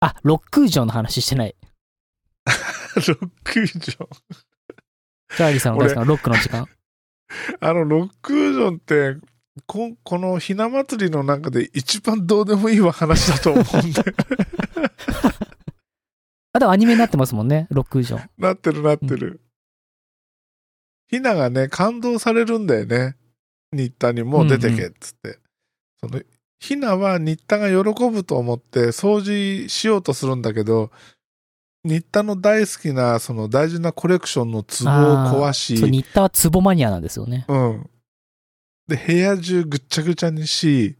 Speaker 2: あ、ロックージョンの話してない。
Speaker 1: ロックジョン。
Speaker 2: チャーリーさんの大好きなロックの時間。
Speaker 1: あの、ロックジョンって、ここのひな祭りの中で一番どうでもいい話だと思うんで、
Speaker 2: あとはアニメになってますもんね、ロックージョン。
Speaker 1: なってるなってる。ひながね、感動されるんだよね。新田にもう出てけっつって。そのひなは新田が喜ぶと思って掃除しようとするんだけど、新田の大好きなその大事なコレクションの壺を壊し、
Speaker 2: そう、新田はツボマニアなんですよね。
Speaker 1: うん。で、部屋中ぐっちゃぐちゃにし、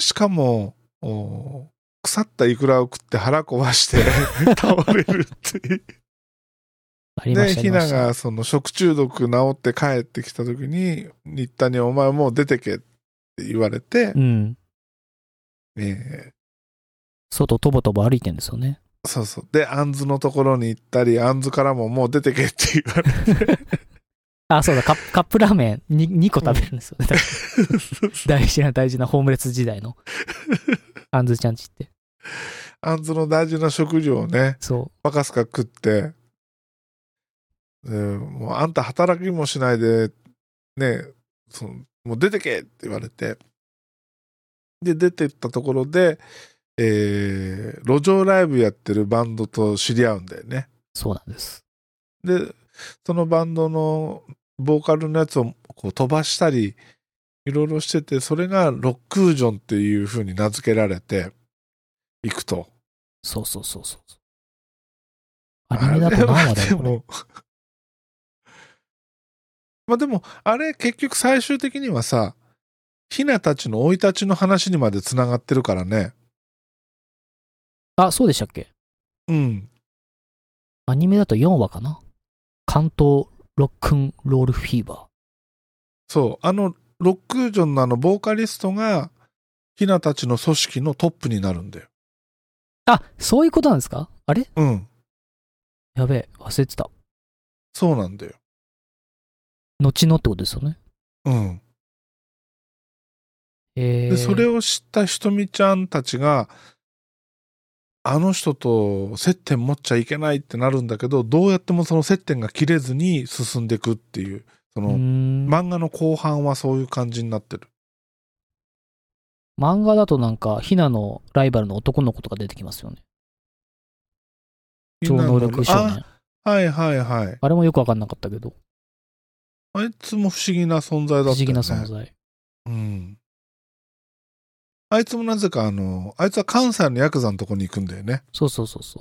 Speaker 1: しかも、お腐ったイクラを食って腹壊して倒れるっていう。
Speaker 2: ありま
Speaker 1: で、
Speaker 2: した
Speaker 1: ひ
Speaker 2: ありま
Speaker 1: な
Speaker 2: した。
Speaker 1: がその食中毒治って帰ってきた時に、新田にお前もう出てけって言われて
Speaker 2: う、ん。
Speaker 1: え
Speaker 2: 外とぼとぼ歩いてんですよね。
Speaker 1: ーそうそう。で、あんずのところに行ったり、あんずからももう出てけって言わ
Speaker 2: [laughs]
Speaker 1: れて。
Speaker 2: あ、そうだ、カップカップラーメン 2, 個食べるんですよね。 [laughs] 大事な大事なホームレス時代の。あんずちゃんちって。
Speaker 1: あんずの大事な食料をね、
Speaker 2: そ
Speaker 1: バカスカ食って、えーもうあんた働きもしないで、ね、そのもう出てけって言われて、で、出てったところで、えー路上ライブやってるバンドと知り合うんだよね。
Speaker 2: う、そうなんです。
Speaker 1: で、そのバンドのボーカルのやつをこう飛ばしたり、いろいろしてて、それがロックージョンっていう風に名付けられていくと。
Speaker 2: そうそうそうそうそう。アニメだと何話だろう、これ。
Speaker 1: もまあでも、あれ結局最終的にはさ、ヒナたちの生い立ちの話にまでつながってるからね。
Speaker 2: あ、そうでしたっけ
Speaker 1: うん。
Speaker 2: アニメだと4話かな。関東ロックンロールフィーバー。
Speaker 1: そう。あの、ロックジョンのあの、ボーカリストが、ヒナたちの組織のトップになるんだよ。
Speaker 2: あ、そういうことなんですかあれ
Speaker 1: うん。
Speaker 2: やべえ、忘れてた。
Speaker 1: そうなんだよ。
Speaker 2: 後のってことですよね。
Speaker 1: うん。
Speaker 2: えー、
Speaker 1: で、それを知ったひとみちゃんたちが、あの人と接点持っちゃいけないってなるんだけど、どうやってもその接点が切れずに進んでいくっていう、そうの、
Speaker 2: ーん
Speaker 1: 漫画の後半はそういう感じになってる。
Speaker 2: 漫画だとなんか、ヒナのライバルの男の子とか出てきますよね。超能力少年。
Speaker 1: あはいはいはい。
Speaker 2: あれもよくわかんなかったけど、
Speaker 1: あいつも不思議な存在だ
Speaker 2: 不思
Speaker 1: ったよね。
Speaker 2: 議な存在。
Speaker 1: うん。あいつもなぜかあの、あいつは関西のヤクザのとこに行くんだよね。
Speaker 2: そうそうそうそ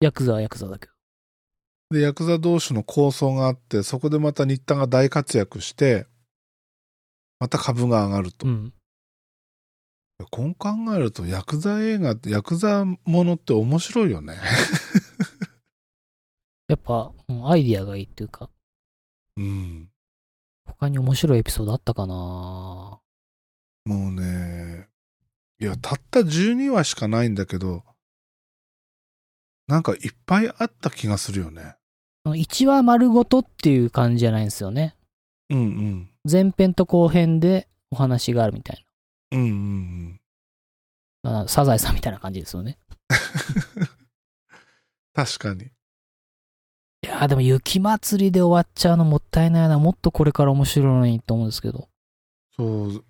Speaker 2: う。ヤクザはヤクザだけど。
Speaker 1: で、ヤクザ同士の抗争があって、そこでまた新田が大活躍して、また株が上がると。
Speaker 2: うん。
Speaker 1: こう考えると、ヤクザ映画って、ヤクザものって面白いよね。
Speaker 2: やっぱ、うんアイディアがいいっていうか、
Speaker 1: うん。
Speaker 2: 他に面白いエピソードあったかな
Speaker 1: もうね、いや、たった12話しかないんだけど、なんかいっぱいあった気がするよね。
Speaker 2: 1話丸ごとっていう感じじゃないんですよね。
Speaker 1: うんうん。
Speaker 2: 前編と後編でお話があるみたい
Speaker 1: うんうんうん。
Speaker 2: な。あサザエさんみたいな感じですよね。
Speaker 1: 確かに。
Speaker 2: いやーでも雪祭りで終わっちゃうのもったいないな。もっとこれから面白いのにと思うんですけど。
Speaker 1: そう。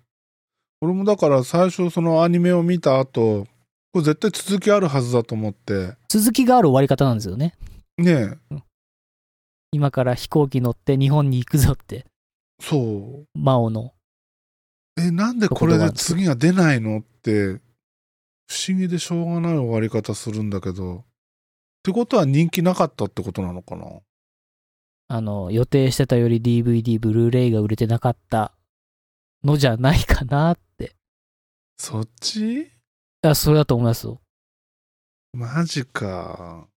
Speaker 1: 俺もだから最初そのアニメを見た後、これ絶対続きあるはずだと思って、
Speaker 2: 続きがある終わり方なんですよね。
Speaker 1: ねえ、
Speaker 2: 今から飛行機乗って日本に行くぞって、
Speaker 1: そう。
Speaker 2: マオの。
Speaker 1: え、なんでこれで次が出ないのって、不思議でしょうがない終わり方するんだけど、ってことは人気なかったってことなのかな
Speaker 2: あの、予定してたより DVD、ブルーレイが売れてなかったのじゃないかな [laughs] って。
Speaker 1: そっち
Speaker 2: あ、それだと思いますよ。
Speaker 1: マジか。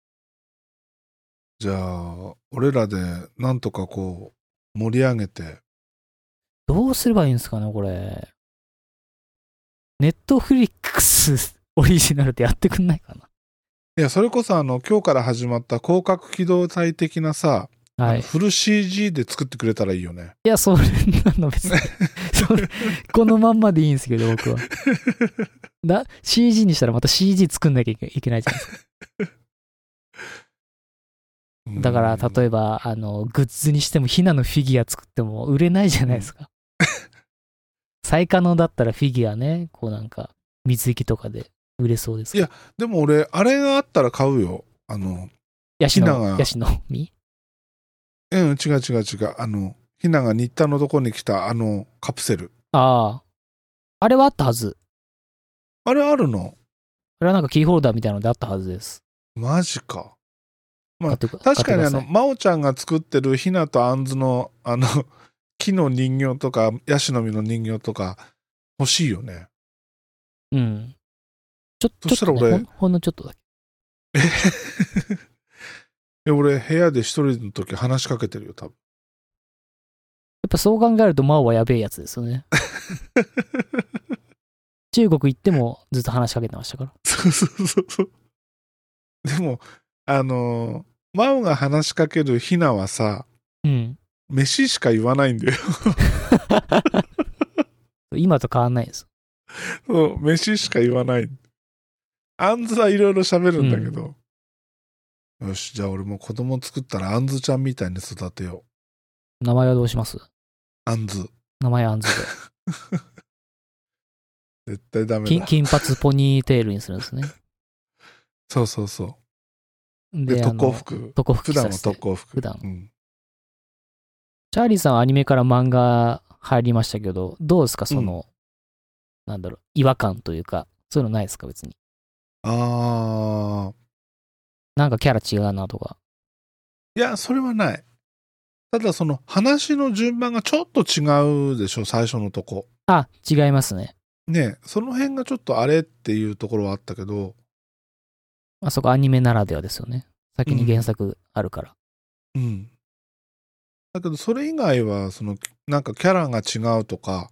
Speaker 1: じゃあ、俺らでなんとかこう、盛り上げて。
Speaker 2: どうすればいいんですかね、これ。ネットフリックス [laughs] オリジナルでやってくんないか
Speaker 1: いや、それこそあの、今日から始まった広角機動隊的なさ、
Speaker 2: な。はい。い
Speaker 1: フル CG で作ってくれたらいいよね。
Speaker 2: や、それなの別 [laughs] に。それ、このまんまでいいんですけど、 [laughs] 僕は。だ CG にしたらまた CG 作んなきゃいけいけないじゃないですか。だから、例
Speaker 1: え
Speaker 2: えば、あの、グッズにしても、ヒナのフィギュア作っても売れないじゃないです
Speaker 1: [laughs]
Speaker 2: か。最可能だったらフィギュアね、こうなんか、水着とかで売れそうですけど
Speaker 1: いでも俺、あれがあったら買うよ。あの、
Speaker 2: ヤシ
Speaker 1: ヒナ
Speaker 2: の、
Speaker 1: が
Speaker 2: ヤシの実
Speaker 1: うん、違う違う違う。あの、ひなが新田のとこに来たあのカプセル。
Speaker 2: ああ。あれはあったはず。
Speaker 1: あれあるの
Speaker 2: あれはなんかキーホルダーみたいなのであったはずです。
Speaker 1: マジか。ま
Speaker 2: 買
Speaker 1: あ、
Speaker 2: ってく
Speaker 1: 確かにあ
Speaker 2: 買っ
Speaker 1: の、
Speaker 2: てください
Speaker 1: まおちゃんが作ってるひなとあんずの、あの、 [laughs] 木の人形とか、ヤシの実の人形とか、欲しいよね。 [laughs]
Speaker 2: うん。ちょ
Speaker 1: そ
Speaker 2: ちょ
Speaker 1: し
Speaker 2: ったと、
Speaker 1: ら
Speaker 2: ね
Speaker 1: 俺
Speaker 2: ほん、ほんのちょっとだけ。
Speaker 1: いや俺、部屋で一人の時話しかけてるよ、多分。
Speaker 2: やっぱそう考えると、マオはやべえやつですよ
Speaker 1: [laughs]
Speaker 2: ね。中国行ってもずっと話しかけてましたから。
Speaker 1: そうそうそうそう。でも、あのー、真央が話しかけるひなはさ、 [laughs]
Speaker 2: うん。
Speaker 1: 飯しか言わないんだよ。
Speaker 2: 今と変わんないです。
Speaker 1: そう飯しか言わない。あんずはいろいろ喋るんだけど。よし、じゃあ俺も子供作ったらあんずちゃんみたいに育てよう。
Speaker 2: 名前はどうします
Speaker 1: あんず。
Speaker 2: 名前アンズ
Speaker 1: 絶対ダ
Speaker 2: で
Speaker 1: メ
Speaker 2: 金。
Speaker 1: だ。
Speaker 2: 金髪ポニーテールにするんですね。
Speaker 1: そうそうそ
Speaker 2: で
Speaker 1: う。で、
Speaker 2: あ
Speaker 1: 特
Speaker 2: の
Speaker 1: 攻服。
Speaker 2: 特攻服
Speaker 1: 普
Speaker 2: 着さ
Speaker 1: 段
Speaker 2: せ
Speaker 1: は
Speaker 2: て
Speaker 1: 特攻服。
Speaker 2: 普段
Speaker 1: うん
Speaker 2: チャーリーさんはアニメから漫画入りましたけど、どうですかその、なんだろう、違和感というか、そういうのないですか別に。
Speaker 1: あ
Speaker 2: なんかキャラ違うなとか。
Speaker 1: ー。いや、それはない。ただその話の順番がちょっと違うでしょ、最初のとこ。
Speaker 2: あ、違いますね。
Speaker 1: ねその辺がちょっとあれっていうところはあったけど、
Speaker 2: あそこアニメならではですよね。先に原作あるから。
Speaker 1: うん。だけど、それ以外は、その、なんかキャラが違うとか、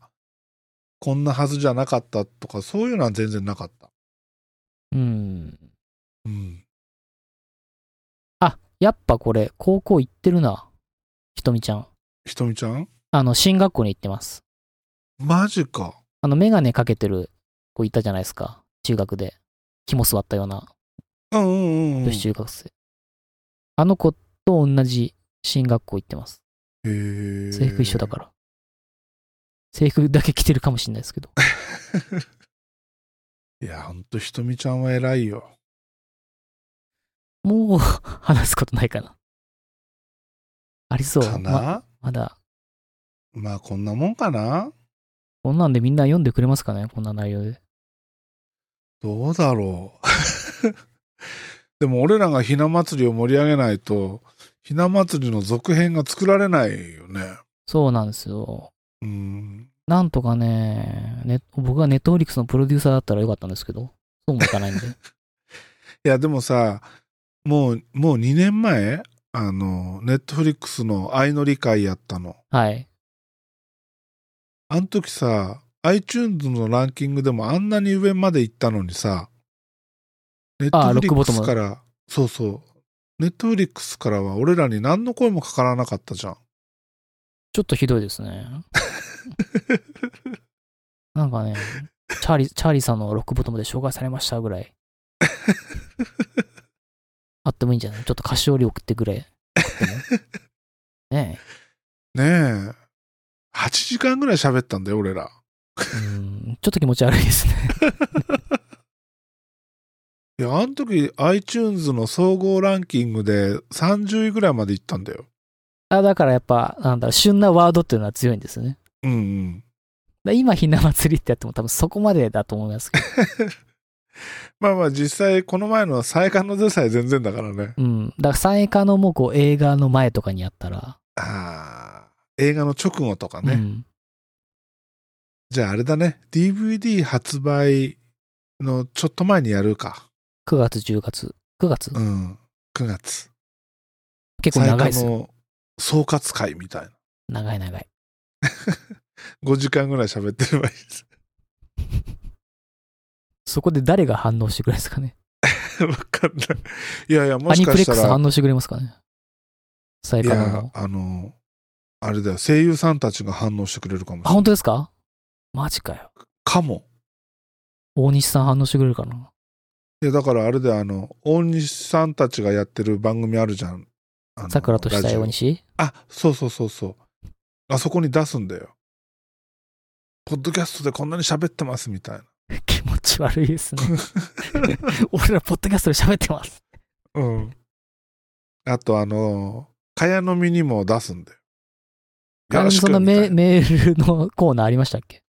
Speaker 1: こんなはずじゃなかったとか、そういうのは全然なかった。
Speaker 2: うん。
Speaker 1: うん。
Speaker 2: あ、やっぱこれ、高校行ってるな。ひとみちゃん。
Speaker 1: ひとみちゃん
Speaker 2: あの、進学校に行ってます。
Speaker 1: マジか。
Speaker 2: あの、メガネかけてる子いたじゃないですか。中学で。肝座ったような
Speaker 1: うんうんうんうん。
Speaker 2: 女子
Speaker 1: へ
Speaker 2: 中学生。あの子と同じ進学校行ってます。
Speaker 1: え。
Speaker 2: 制服一緒だから。制服だけ着てるかもしれないで
Speaker 1: [laughs]
Speaker 2: すけど。
Speaker 1: ら。いや、ほんとひとみちゃんは偉いよ。
Speaker 2: もう話すことないかな。ありそう。
Speaker 1: かな、
Speaker 2: ま
Speaker 1: ま
Speaker 2: まだ。
Speaker 1: あ、こんなもんかな
Speaker 2: こんなんでみんな読んでくれますかねこんな内容で。
Speaker 1: どうだろう。 [laughs] でも、俺らがひな祭りを盛り上げないと、ひな祭りの続編が作られないよね。
Speaker 2: そうなんですよ。
Speaker 1: うん。
Speaker 2: なんとかね、ね僕がネットフリックスのプロデューサーだったらよかったんですけど、そうもいか
Speaker 1: [laughs]
Speaker 2: ないんで。
Speaker 1: いやでもさもうもう2年前あのネットフリックスの愛の理解やったの
Speaker 2: はい。
Speaker 1: あの時さ iTunes のランキングでもあんなに上まで行ったのにさネッ
Speaker 2: あ
Speaker 1: ト
Speaker 2: あ
Speaker 1: フ
Speaker 2: ロ
Speaker 1: リ
Speaker 2: ックボ
Speaker 1: ック
Speaker 2: トム
Speaker 1: スからそうそうネットフリックスからは俺らに何の声もかからなかったじゃん
Speaker 2: ちょっとひどいですね。なんかね、チャーリー、チャーリーさんのロックボトムで紹介されましたぐらい。あってもいいんじゃないちょっと菓子折り送ってくれ。送ってもね
Speaker 1: ねえ8時間ぐらい喋ったんだよ俺ら
Speaker 2: え。うん、ちょっと気持ち悪いですね。
Speaker 1: いやあの時 iTunes の総合ランキングで30位ぐらいまで行ったんだよ
Speaker 2: あだからやっぱ、なんだろう、旬なワードっていうのは強いんですよね。
Speaker 1: うんうん
Speaker 2: だ今、ひな祭りってやっても多分そこまでだと思いますけど。
Speaker 1: まあまあ実際この前の再刊のでさえ全然だからね。
Speaker 2: うん。だから、三栄化のもうこう映画の前とかにやったら、
Speaker 1: ああ。映画の直後とかね。
Speaker 2: うん。
Speaker 1: じゃああれだね。DVD 発売のちょっと前にやるか。
Speaker 2: 9月、10月。9月、
Speaker 1: うん。9月。
Speaker 2: 結構長いです
Speaker 1: 再
Speaker 2: よ。
Speaker 1: 刊の総括会みたいな。
Speaker 2: 長い長い。
Speaker 1: 5時間ぐらい喋ってればいいです。
Speaker 2: [laughs] そこで誰が反応してくれるんですかね。
Speaker 1: [laughs] わかんない。いやいや、も
Speaker 2: ア
Speaker 1: し
Speaker 2: ニ
Speaker 1: か
Speaker 2: プレッ
Speaker 1: し
Speaker 2: ク
Speaker 1: た
Speaker 2: ス
Speaker 1: ら
Speaker 2: 反、応してくれますかね。サイ
Speaker 1: い
Speaker 2: カナ
Speaker 1: や
Speaker 2: の、。
Speaker 1: あの、あれだよ、声優さんたちが反応してくれるかもし
Speaker 2: あ、
Speaker 1: れない。
Speaker 2: 本当ですかマジかよ。
Speaker 1: かも。
Speaker 2: 大西さん反応してくれるかな。
Speaker 1: いや、だからあれだよ、あの、大西さんたちがやってる番組あるじゃん。あの
Speaker 2: 桜としたい大。
Speaker 1: ラジ
Speaker 2: 西 [laughs]
Speaker 1: オあ、そうそうそうそう。あそこに出すんだよ。ポッドキャストでこんなに喋ってますみたいな。
Speaker 2: 気持ち悪
Speaker 1: [laughs]
Speaker 2: いですね。俺らポッドキャストで喋ってます。
Speaker 1: うん。あと、あの、かやのみにも出すんだよ。よろし
Speaker 2: そ
Speaker 1: く
Speaker 2: んな
Speaker 1: みた
Speaker 2: メ
Speaker 1: いな
Speaker 2: メールのコーナーありましたっけ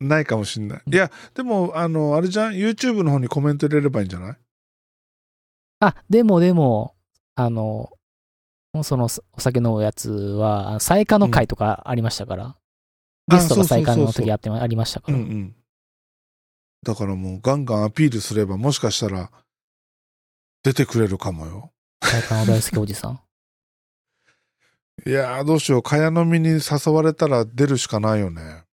Speaker 1: ないかもしんない。
Speaker 2: うん
Speaker 1: いや、でも、あの、あれじゃん ?YouTube の方にコメント入れればいいんじゃない
Speaker 2: あ、でもでも、あの、そのお酒のやつは、あのサイカの会とかありましたから、ゲストがサイカの時
Speaker 1: あ
Speaker 2: やってまありましたか
Speaker 1: そうそうそうそう
Speaker 2: ら、
Speaker 1: うんうん。だからもう、ガンガンアピールすれば、もしかしたら、出てくれるかもよ。
Speaker 2: サイカの大好きおじさん。
Speaker 1: いやー、どうしよう。かやのみに誘われたら出るしかないよね。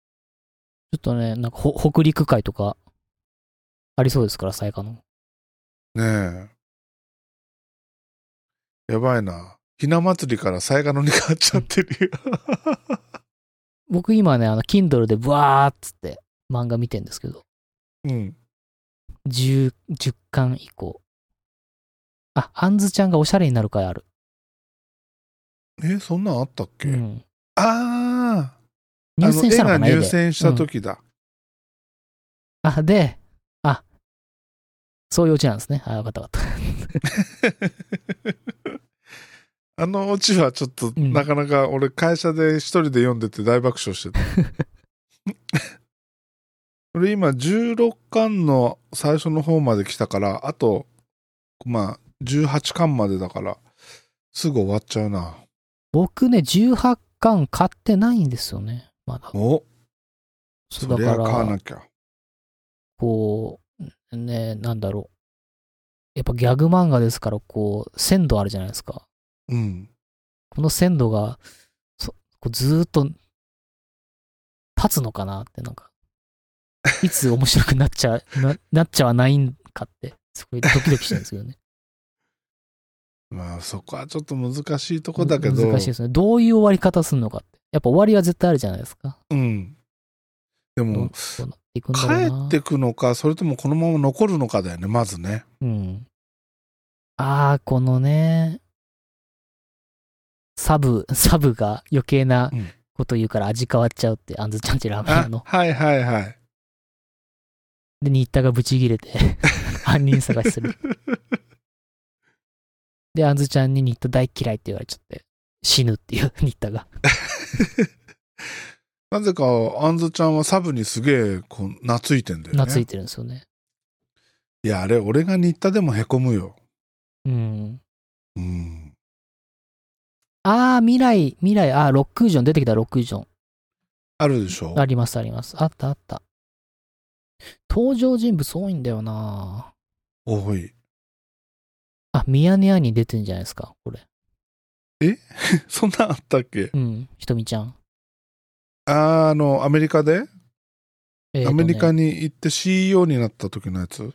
Speaker 2: ちょっとね、なんかほ北陸会とか、ありそうですから、サイカの。
Speaker 1: ねえ。やばいな。ひな祭りからサイガノに変わっちゃってるよ。
Speaker 2: 僕今ね、あの、Kindle でブワーっつって漫画見てんですけど、
Speaker 1: うん。
Speaker 2: 10、10巻以降。あ、あんずちゃんがおしゃれになる会ある。
Speaker 1: えそんなんあったっけ、
Speaker 2: うん。
Speaker 1: ああ
Speaker 2: 入選したのか
Speaker 1: あの
Speaker 2: な
Speaker 1: 絵
Speaker 2: 絵
Speaker 1: が入
Speaker 2: で。
Speaker 1: 選した時だ、
Speaker 2: あ、で、あ、そういうオチなんですね。あ、よかったよかった。
Speaker 1: あのオチはちょっと、
Speaker 2: うん
Speaker 1: なかなか俺会社で一人で読んでて大爆笑してた [laughs] 俺今16巻の最初の方まで来たからあとまあ18巻までだからすぐ終わっちゃうな
Speaker 2: 僕ね、18巻買ってないんですよね。まだ。
Speaker 1: お
Speaker 2: そう
Speaker 1: そりゃ
Speaker 2: だ
Speaker 1: 買
Speaker 2: か
Speaker 1: わな
Speaker 2: ら、
Speaker 1: きゃ
Speaker 2: こう、ね、なんだろう。やっぱギャグ漫画ですから、こう、鮮度あるじゃないですか。
Speaker 1: うん
Speaker 2: この鮮度が、そこうずーっと、立つのかなって、な
Speaker 1: [laughs]
Speaker 2: んか、いつ面白くなっちゃ、ななっちゃわないんかって、すごいドキドキしてるんですけどね。
Speaker 1: まあそこはちょっと難しいと [laughs] こだけど
Speaker 2: 難しいですね。どういう終わり方するのかって。やっぱ終わりは絶対あるじゃないですか。
Speaker 1: うんで
Speaker 2: ど
Speaker 1: も
Speaker 2: うどうなっていくんだろうな。
Speaker 1: 帰ってくのかそれともこのまま残るのかだよねまずね
Speaker 2: うん。ああ、このね、サブ、サブが余計な
Speaker 1: うん
Speaker 2: こと言うから味変わっちゃうって、あんずちゃんちラーメン屋の。
Speaker 1: はいはいはい
Speaker 2: で、新田がブチ
Speaker 1: [laughs]
Speaker 2: ギレて、犯人探しする。で、あんずちゃんに新田大嫌いって言われちゃって、死ぬっていう、新田が。
Speaker 1: なぜかあんずちゃんはサブにすげえこう懐いてんだよね
Speaker 2: 懐いてるんですよね。
Speaker 1: いやあれ俺が新田でもへこむよ
Speaker 2: うん。
Speaker 1: うん
Speaker 2: ああ、未来、未来、ああ、ロックージョン、出てきたロックージョン。
Speaker 1: あるでしょ
Speaker 2: ありますあります。あったあった。登場人物多いんだよな
Speaker 1: 多い
Speaker 2: あ、ミヤネ屋に出てんじゃないですか、これ。
Speaker 1: そんなんあったっけ
Speaker 2: うん、ひとみちゃん。
Speaker 1: あーあのアメリカで、
Speaker 2: えーと
Speaker 1: ア
Speaker 2: ね
Speaker 1: メリカに行って CEO になった時のやつ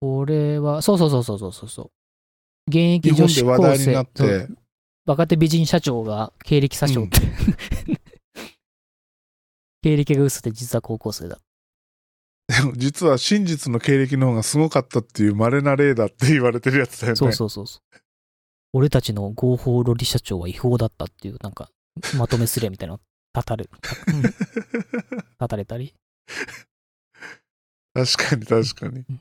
Speaker 2: これは、そうそうそうそうそうそうそう。現
Speaker 1: 日
Speaker 2: 役
Speaker 1: 本
Speaker 2: 女
Speaker 1: で
Speaker 2: 子
Speaker 1: 話
Speaker 2: 高
Speaker 1: 題に
Speaker 2: 生
Speaker 1: なっ
Speaker 2: そ
Speaker 1: て
Speaker 2: う若手美人社長が経歴詐称って、 [laughs] 経歴が嘘で実は高校生だ。
Speaker 1: でも実は真実の経歴の方がすごかったっていう稀な例だって言われてるやつだよね
Speaker 2: そうそうそうそう。俺たちの合法ロリ社長は違法だったっていう、なんか、まとめすれみたいなの立たれ、うん立たれたり。
Speaker 1: [laughs] 確かに確かに
Speaker 2: うん。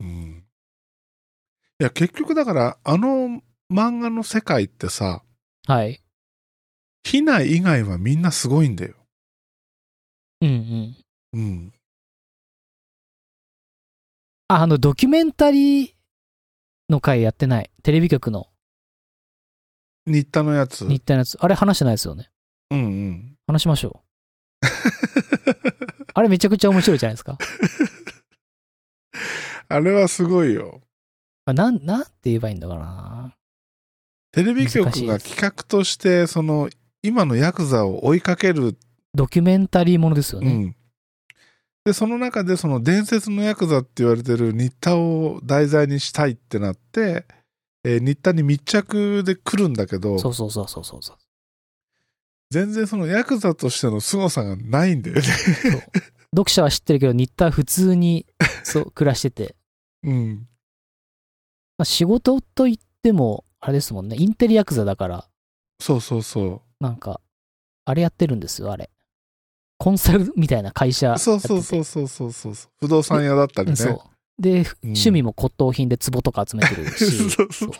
Speaker 1: うん。いや、結局だから、あの漫画の世界ってさ、
Speaker 2: はい。
Speaker 1: ヒナ以外はみんなすごいんだよ。
Speaker 2: うんう
Speaker 1: う
Speaker 2: ん。
Speaker 1: ん。
Speaker 2: あ、あの、ドキュメンタリーの回やってない。テレビ局の
Speaker 1: 新田のやつ。うん
Speaker 2: 日体のやつ。あれ話してないですよね。
Speaker 1: うん。
Speaker 2: 話しましょう。あれめちゃくちゃ面白いじゃないですか。
Speaker 1: あれはすごいよ。
Speaker 2: あなん、なんて言えばいいんだかな。
Speaker 1: テレビ局
Speaker 2: 難しい
Speaker 1: が
Speaker 2: です
Speaker 1: 企画として、その、今のヤクザを追いかける、
Speaker 2: ドキュメンタリーものですよ
Speaker 1: う
Speaker 2: ね。
Speaker 1: ん。で、その中でその伝説のヤクザって言われてる新田を題材にしたいってなって、えー新田に密着で来るんだけど、
Speaker 2: そうそうそうそうそうそう。
Speaker 1: 全然そのヤクザとしての凄さがないんだよね。 [laughs]
Speaker 2: 読者は知ってるけど、新田は普
Speaker 1: [laughs]
Speaker 2: 通にそう暮らしてて、
Speaker 1: うん。
Speaker 2: まあ、仕事といっても、あれですもんね、インテリヤクザだから、
Speaker 1: そうそうそ
Speaker 2: なんか、あれやってるんですよ、あれ。コンサルみたいな会社や
Speaker 1: う。
Speaker 2: ってて。
Speaker 1: そうそうそうそうそうそうそう。不動産屋だったりね。
Speaker 2: うんそう。で、
Speaker 1: うん
Speaker 2: 趣味も骨董品で壺とか集めてる
Speaker 1: [laughs]
Speaker 2: し、
Speaker 1: そうそうそう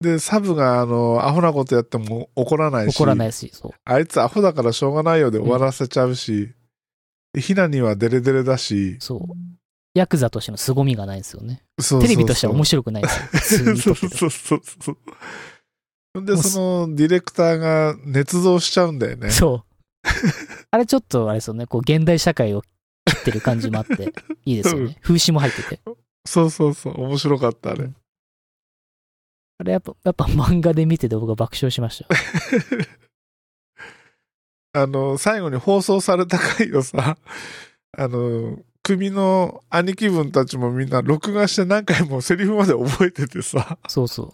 Speaker 1: で、サブが、あの、アホなことやっても怒らないし、
Speaker 2: 怒らないし、そう。
Speaker 1: あいつアホだからしょうがないよで終わらせちゃうし、ひなにはデレデレだし、
Speaker 2: そう。ヤクザとしての凄みがないんですよね。
Speaker 1: そうそうそう
Speaker 2: テレビとしては面白くないんですよ。普通
Speaker 1: そ
Speaker 2: に
Speaker 1: う
Speaker 2: 撮ってて
Speaker 1: そうそうそう。で、そのディレクターが捏造しちゃうんだよね。
Speaker 2: そう。あれちょっとあれですよね、こう現代社会を切ってる感じも
Speaker 1: [laughs]
Speaker 2: あって、いいですよ
Speaker 1: うん
Speaker 2: ね。風刺も入ってて。
Speaker 1: そうそうそう。面白かった、あ
Speaker 2: う [laughs]
Speaker 1: れ
Speaker 2: ん。あれやっぱ、やっぱ漫画で見てて僕は爆笑しましたよ。
Speaker 1: あの、最後に放送された回をさ、あの、組の兄貴分たちもみんな録画して何回もセリフまで覚えててさ。
Speaker 2: そうそう。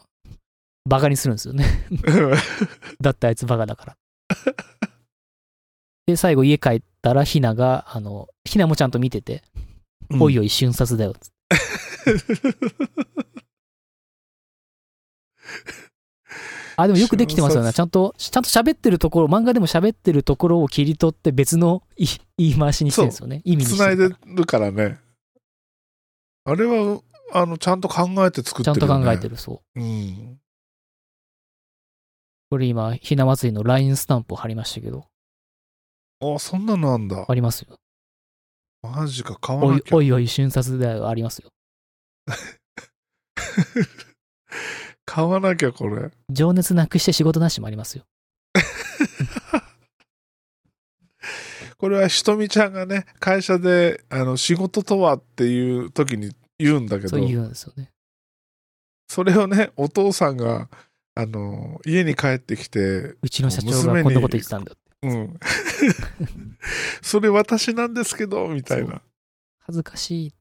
Speaker 2: バカにするんですよね。 [laughs] だってあいつバカだから。で、最後家帰ったらひなが、あの、ひなもちゃんと見てて、おいおい瞬殺だよっつって。あ、でもよくできてますよ
Speaker 1: 瞬
Speaker 2: ね。
Speaker 1: 殺
Speaker 2: ちゃんと、ちゃんと喋ってるところ、漫画でも喋ってるところを切り取って別のい言い回しにしてるんですよね。意味にして
Speaker 1: [laughs] 繋い
Speaker 2: る
Speaker 1: で
Speaker 2: か
Speaker 1: るから
Speaker 2: ら
Speaker 1: ね。あれは、あの、ちゃんと考えて作っ
Speaker 2: ちゃん
Speaker 1: てる
Speaker 2: と
Speaker 1: よ、ね。
Speaker 2: 考えてる、そう。
Speaker 1: うん。
Speaker 2: これ今、ひな祭りの LINE スタンプを貼りましたけど、
Speaker 1: あ、そんなのあんだ
Speaker 2: あ。りますよ。
Speaker 1: マジか、買わ
Speaker 2: お
Speaker 1: ないきゃ
Speaker 2: お。いおい瞬殺だよ、ありますよ。
Speaker 1: 買わなきゃ、これ。
Speaker 2: 情熱なくして仕事なしもありますよ。
Speaker 1: これはひとみちゃんがね、会社で、あの、仕事とはっていう時に言うんだけど、
Speaker 2: そう言うんですよね。
Speaker 1: それをね、お父さんが、あの、家に帰ってきて、
Speaker 2: うちの社長がこんなこと言ってたんだよって。
Speaker 1: うん。それ私なんですけど、みたいな。
Speaker 2: 恥ずかしい。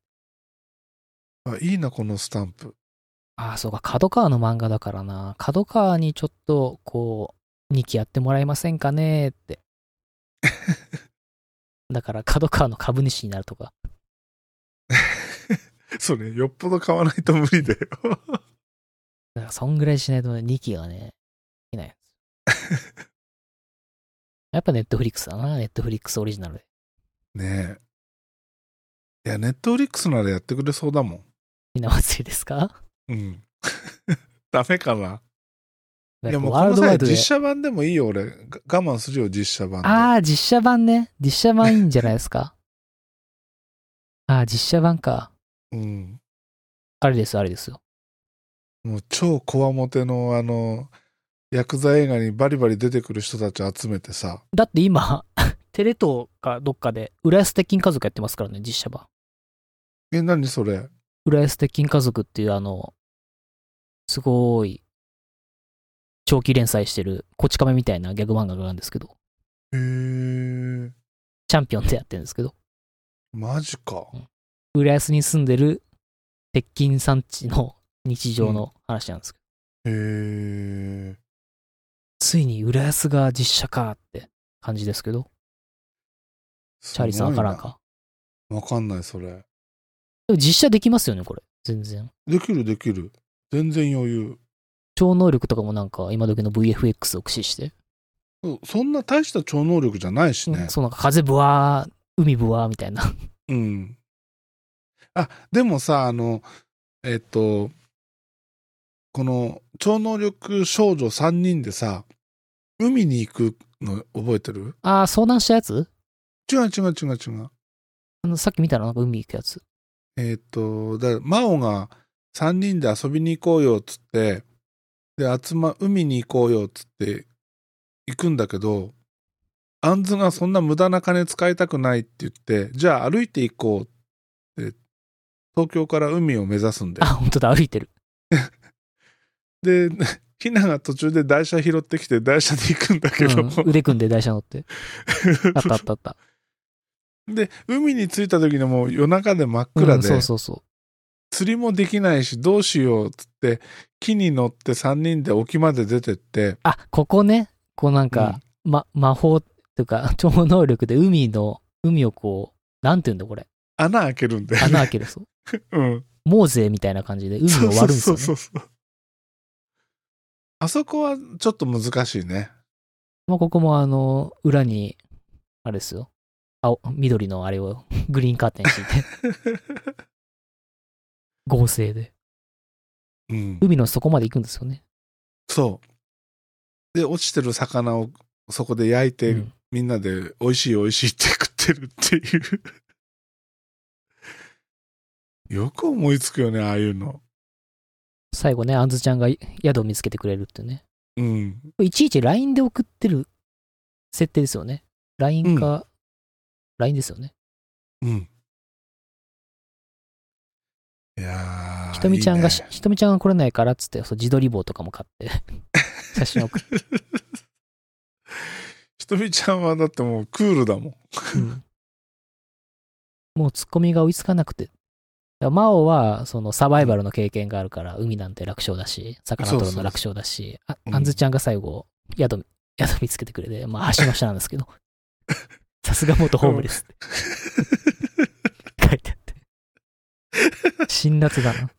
Speaker 1: あいいな、このスタンプ。
Speaker 2: ああ、そうか、角川の漫画だからな。角川にちょっと、こう、2期やってもらえませんか
Speaker 1: [laughs]
Speaker 2: ねって。だから、角川の株主になるとか。
Speaker 1: それ、よっぽど買わないと無理
Speaker 2: [laughs]
Speaker 1: だよ。
Speaker 2: だから、そんぐらいしないとね、2期がね、いないんですよ。
Speaker 1: [laughs]
Speaker 2: やっぱネットフリックスだな、ネットフリックスオリジナルで。
Speaker 1: ねえ。いや、ネットフリックスならやってくれそうだも
Speaker 2: みんな祭りですか
Speaker 1: ん。うん。 [laughs] ダメかな。いや、もうこ
Speaker 2: ワー
Speaker 1: の
Speaker 2: ルドワ
Speaker 1: 際
Speaker 2: イドで
Speaker 1: 実。写版でもいいよ、俺。が我慢するよ、実写版で。
Speaker 2: ああ、実写版ね。実写版いいんじゃないですか。ああ、実写版か。
Speaker 1: うん。
Speaker 2: あれです、あれですよ。
Speaker 1: もう超こわもての、あの、ヤクザ映画にバリバリ出てくる人たち集めてさ。
Speaker 2: だって今、 [laughs] テレ東かどっかで、浦安鉄筋家族やってますからね、実写版。
Speaker 1: え、何それ
Speaker 2: 浦安鉄筋家族っていう、あの、すごい、長期連載してる、こち亀みたいなギャグ漫画があるんですけど、
Speaker 1: へえ。
Speaker 2: チャンピオンでやってるんですけど、
Speaker 1: マジか。
Speaker 2: 浦安に住んでる鉄筋産地の日常の話なんですけど、
Speaker 1: へえ。
Speaker 2: ついに浦安が実写化って感じですけど、チ
Speaker 1: チ
Speaker 2: ャーリーさんわからんか。
Speaker 1: わかんない、それ。
Speaker 2: でも実写できますよね、これ。全然。
Speaker 1: できる、できる。全然余裕。
Speaker 2: 超能力とかもなんか、今時の VFX を駆使して、
Speaker 1: そうそんな大した超能力じゃないし
Speaker 2: う
Speaker 1: ね
Speaker 2: ん。そうなんか風ぶわー、海ぶわーみたいな。 [laughs]
Speaker 1: うん。あ、でもさ、あの、えっと、この超能力少女3人でさ、海に行くの覚えてる
Speaker 2: ああ、相談したやつ
Speaker 1: 違う違う違う違う。
Speaker 2: あの、さっき見たらなんか海行く
Speaker 1: [laughs]
Speaker 2: やつ。
Speaker 1: えっと、だから、真央が3人で遊びに行こうよっつって、で、集ま、海に行こうよっつって行くんだけど、アンズがそんな無駄な金使いたくないって言って、じゃあ歩いて行こうって、東京から海を目指すんだよ
Speaker 2: あ、。本当だ、歩いてる。
Speaker 1: で、 [laughs] ひなが途中で台車拾ってきて台車で行くんだけど、 [laughs]
Speaker 2: うん、腕組んで台車乗って。あったあったあった。
Speaker 1: で、海に着いた時にもう夜中で真っ暗
Speaker 2: うん
Speaker 1: で、
Speaker 2: そうそうそ
Speaker 1: 釣りもできないし、どうしようっつって、木に乗って3人で沖まで出てって
Speaker 2: う、あここねこうなんか、ま、魔法というか [laughs] 超能力で海の海をこうなんていうんだこれ
Speaker 1: 穴開けるんで、
Speaker 2: 穴開けるそう
Speaker 1: [laughs] うん。
Speaker 2: モーゼみたいな感じで海を割るんですよ、ね、
Speaker 1: そうそうそうそう。あそこはちょっと難しいね。
Speaker 2: まあ、ここもあの裏にあれですよ青緑のあれをグリーンカーテン敷いて
Speaker 1: [laughs]
Speaker 2: 合成で
Speaker 1: うん。
Speaker 2: 海の底まで行くんですよね
Speaker 1: そう。で、落ちてる魚をそこで焼いて、
Speaker 2: うん
Speaker 1: みんなで美味しい美味しいって食ってるっていう。 [laughs] よく思いつくよね、ああいうの。
Speaker 2: 最後ねあんずちゃんが宿を見つけてくれるっていうね
Speaker 1: うん。
Speaker 2: いちいち LINE で送ってる設定ですよね LINE か、LINE ですよね
Speaker 1: うん。いやー
Speaker 2: ひとみちゃんが
Speaker 1: いい
Speaker 2: し
Speaker 1: ね
Speaker 2: ひとみちゃんが来れないからっつってそう自撮り棒とかも
Speaker 1: [laughs]
Speaker 2: 買って写真送って、
Speaker 1: ひとみちゃんはだってもうクールだもん。
Speaker 2: うんもうツッコミが追いつかなくてだから真央はそのサバイバルの経験があるから海なんて楽勝だし魚取るの楽勝だしあ
Speaker 1: うん
Speaker 2: あんずちゃんが最後宿宿見つけてくれてまあ足の下なんですけ
Speaker 1: [laughs]
Speaker 2: どさすが元ホームレスって書いてあって辛辣だな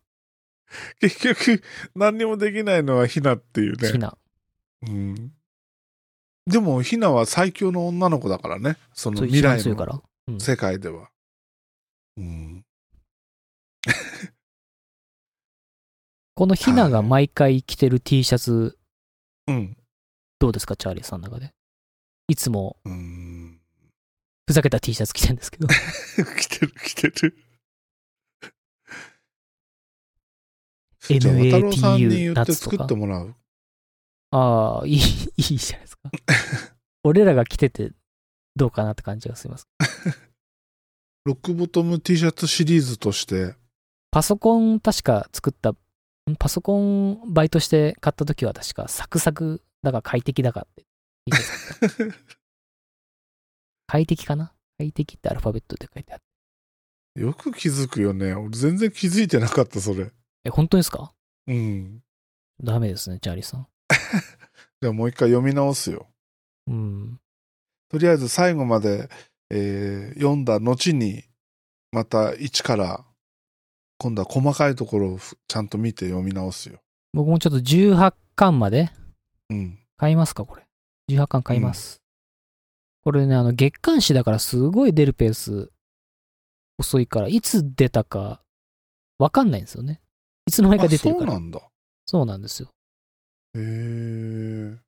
Speaker 1: 結局、何にもできないのはひなっていう
Speaker 2: 好き
Speaker 1: ね。
Speaker 2: な
Speaker 1: うん。でも、ひなは最強の女の子だからね。その
Speaker 2: そう
Speaker 1: 未
Speaker 2: 一番
Speaker 1: 来
Speaker 2: 強いか
Speaker 1: の
Speaker 2: らうん
Speaker 1: 世界では。うん。
Speaker 2: このひなが毎回着てる T シャツ
Speaker 1: うん。
Speaker 2: どうですかチャーリーさんの中でいつも
Speaker 1: うん。
Speaker 2: ふざけた T シャツ着てるんですけど
Speaker 1: 来てる来て
Speaker 2: [laughs]
Speaker 1: る。じゃあ、渡郎さんに言
Speaker 2: MATU
Speaker 1: って
Speaker 2: 夏と
Speaker 1: 作
Speaker 2: か
Speaker 1: ってもらう。
Speaker 2: ああ、いい、 [laughs] いいじゃないですか。俺らが着ててどうかなって感じがします。
Speaker 1: ロックボトム T シャツシリーズとして。
Speaker 2: パソコン確か作った、んパソコンバイトして買った時は確かサクサクだから快適だからって [laughs] 言ってた。快適かな快適ってアルファベットで書いてある。
Speaker 1: よく気づくよね。俺全然気づいてなかった、それ。
Speaker 2: え、本当ですか
Speaker 1: うん。
Speaker 2: ダメですね、チャーリーさん。
Speaker 1: でももう一回読み直すよ。
Speaker 2: うん。
Speaker 1: とりあえず最後まで、えー読んだ後に、また一から、今度は細かいところをふちゃんと見て読み直すよ。
Speaker 2: 僕もちょっと18巻まで
Speaker 1: うん。
Speaker 2: 買いますか、これ。18巻買います。これね、あの、月刊誌だからすごい出るペース遅いから、いつ出たかわかんないんですよね。いつの間にか
Speaker 1: あ
Speaker 2: 出てる
Speaker 1: そ
Speaker 2: か
Speaker 1: うな
Speaker 2: ら。そうん
Speaker 1: だ。
Speaker 2: なんですよ。
Speaker 1: へえ。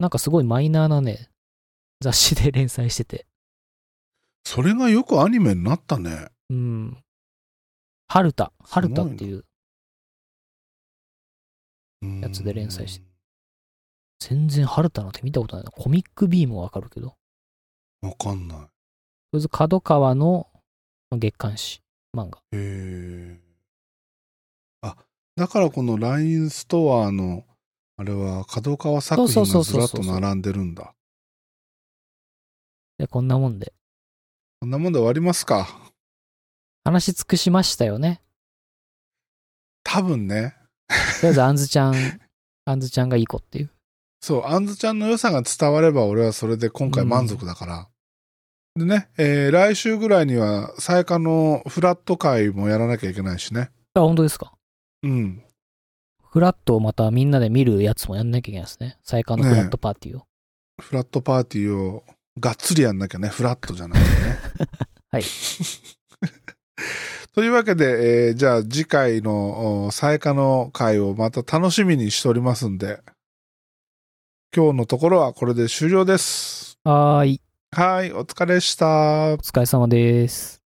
Speaker 2: なんかすごいマイナーなね、雑誌で連載してて。
Speaker 1: それがよくアニメになったね。
Speaker 2: うん。ハルタ、ハルタっていう、
Speaker 1: うん
Speaker 2: やつで連載して。全然ハルタなんて見たことないな。コミックビームはわかるけど。と
Speaker 1: わかんない。
Speaker 2: りあえず角川の月刊誌、漫
Speaker 1: へ
Speaker 2: 画。
Speaker 1: え。あ、だからこの LINE ストアの、あれは角川作品がずらっと並んでるんだ。
Speaker 2: で、こんなもんで。
Speaker 1: こんなもんで終わりますか。
Speaker 2: 話し尽くしましたよね。
Speaker 1: 多分ね。
Speaker 2: とりあえず、あんずちゃん、あんずちゃんがいい子っていう。
Speaker 1: そう、あんずちゃんの良さが伝われば俺はそれで今回満足だから。でね、えー来週ぐらいには、最下のフラット会もやらなきゃいけないしね。
Speaker 2: あ、本当ですか。
Speaker 1: うん。
Speaker 2: フラットをまたみんなで見るやつもやんなきゃいけないですね。最下のフラットパーティーを。。
Speaker 1: フラットパーティーをがっつりやんなきゃね、フラットじゃないとね
Speaker 2: [laughs] はい。
Speaker 1: [laughs] というわけで、えーじゃあ次回のお最下の回をまた楽しみにしておりますんで、今日のところはこれで終了です。
Speaker 2: はーい。
Speaker 1: はい、お疲れでした
Speaker 2: お。疲れ様です。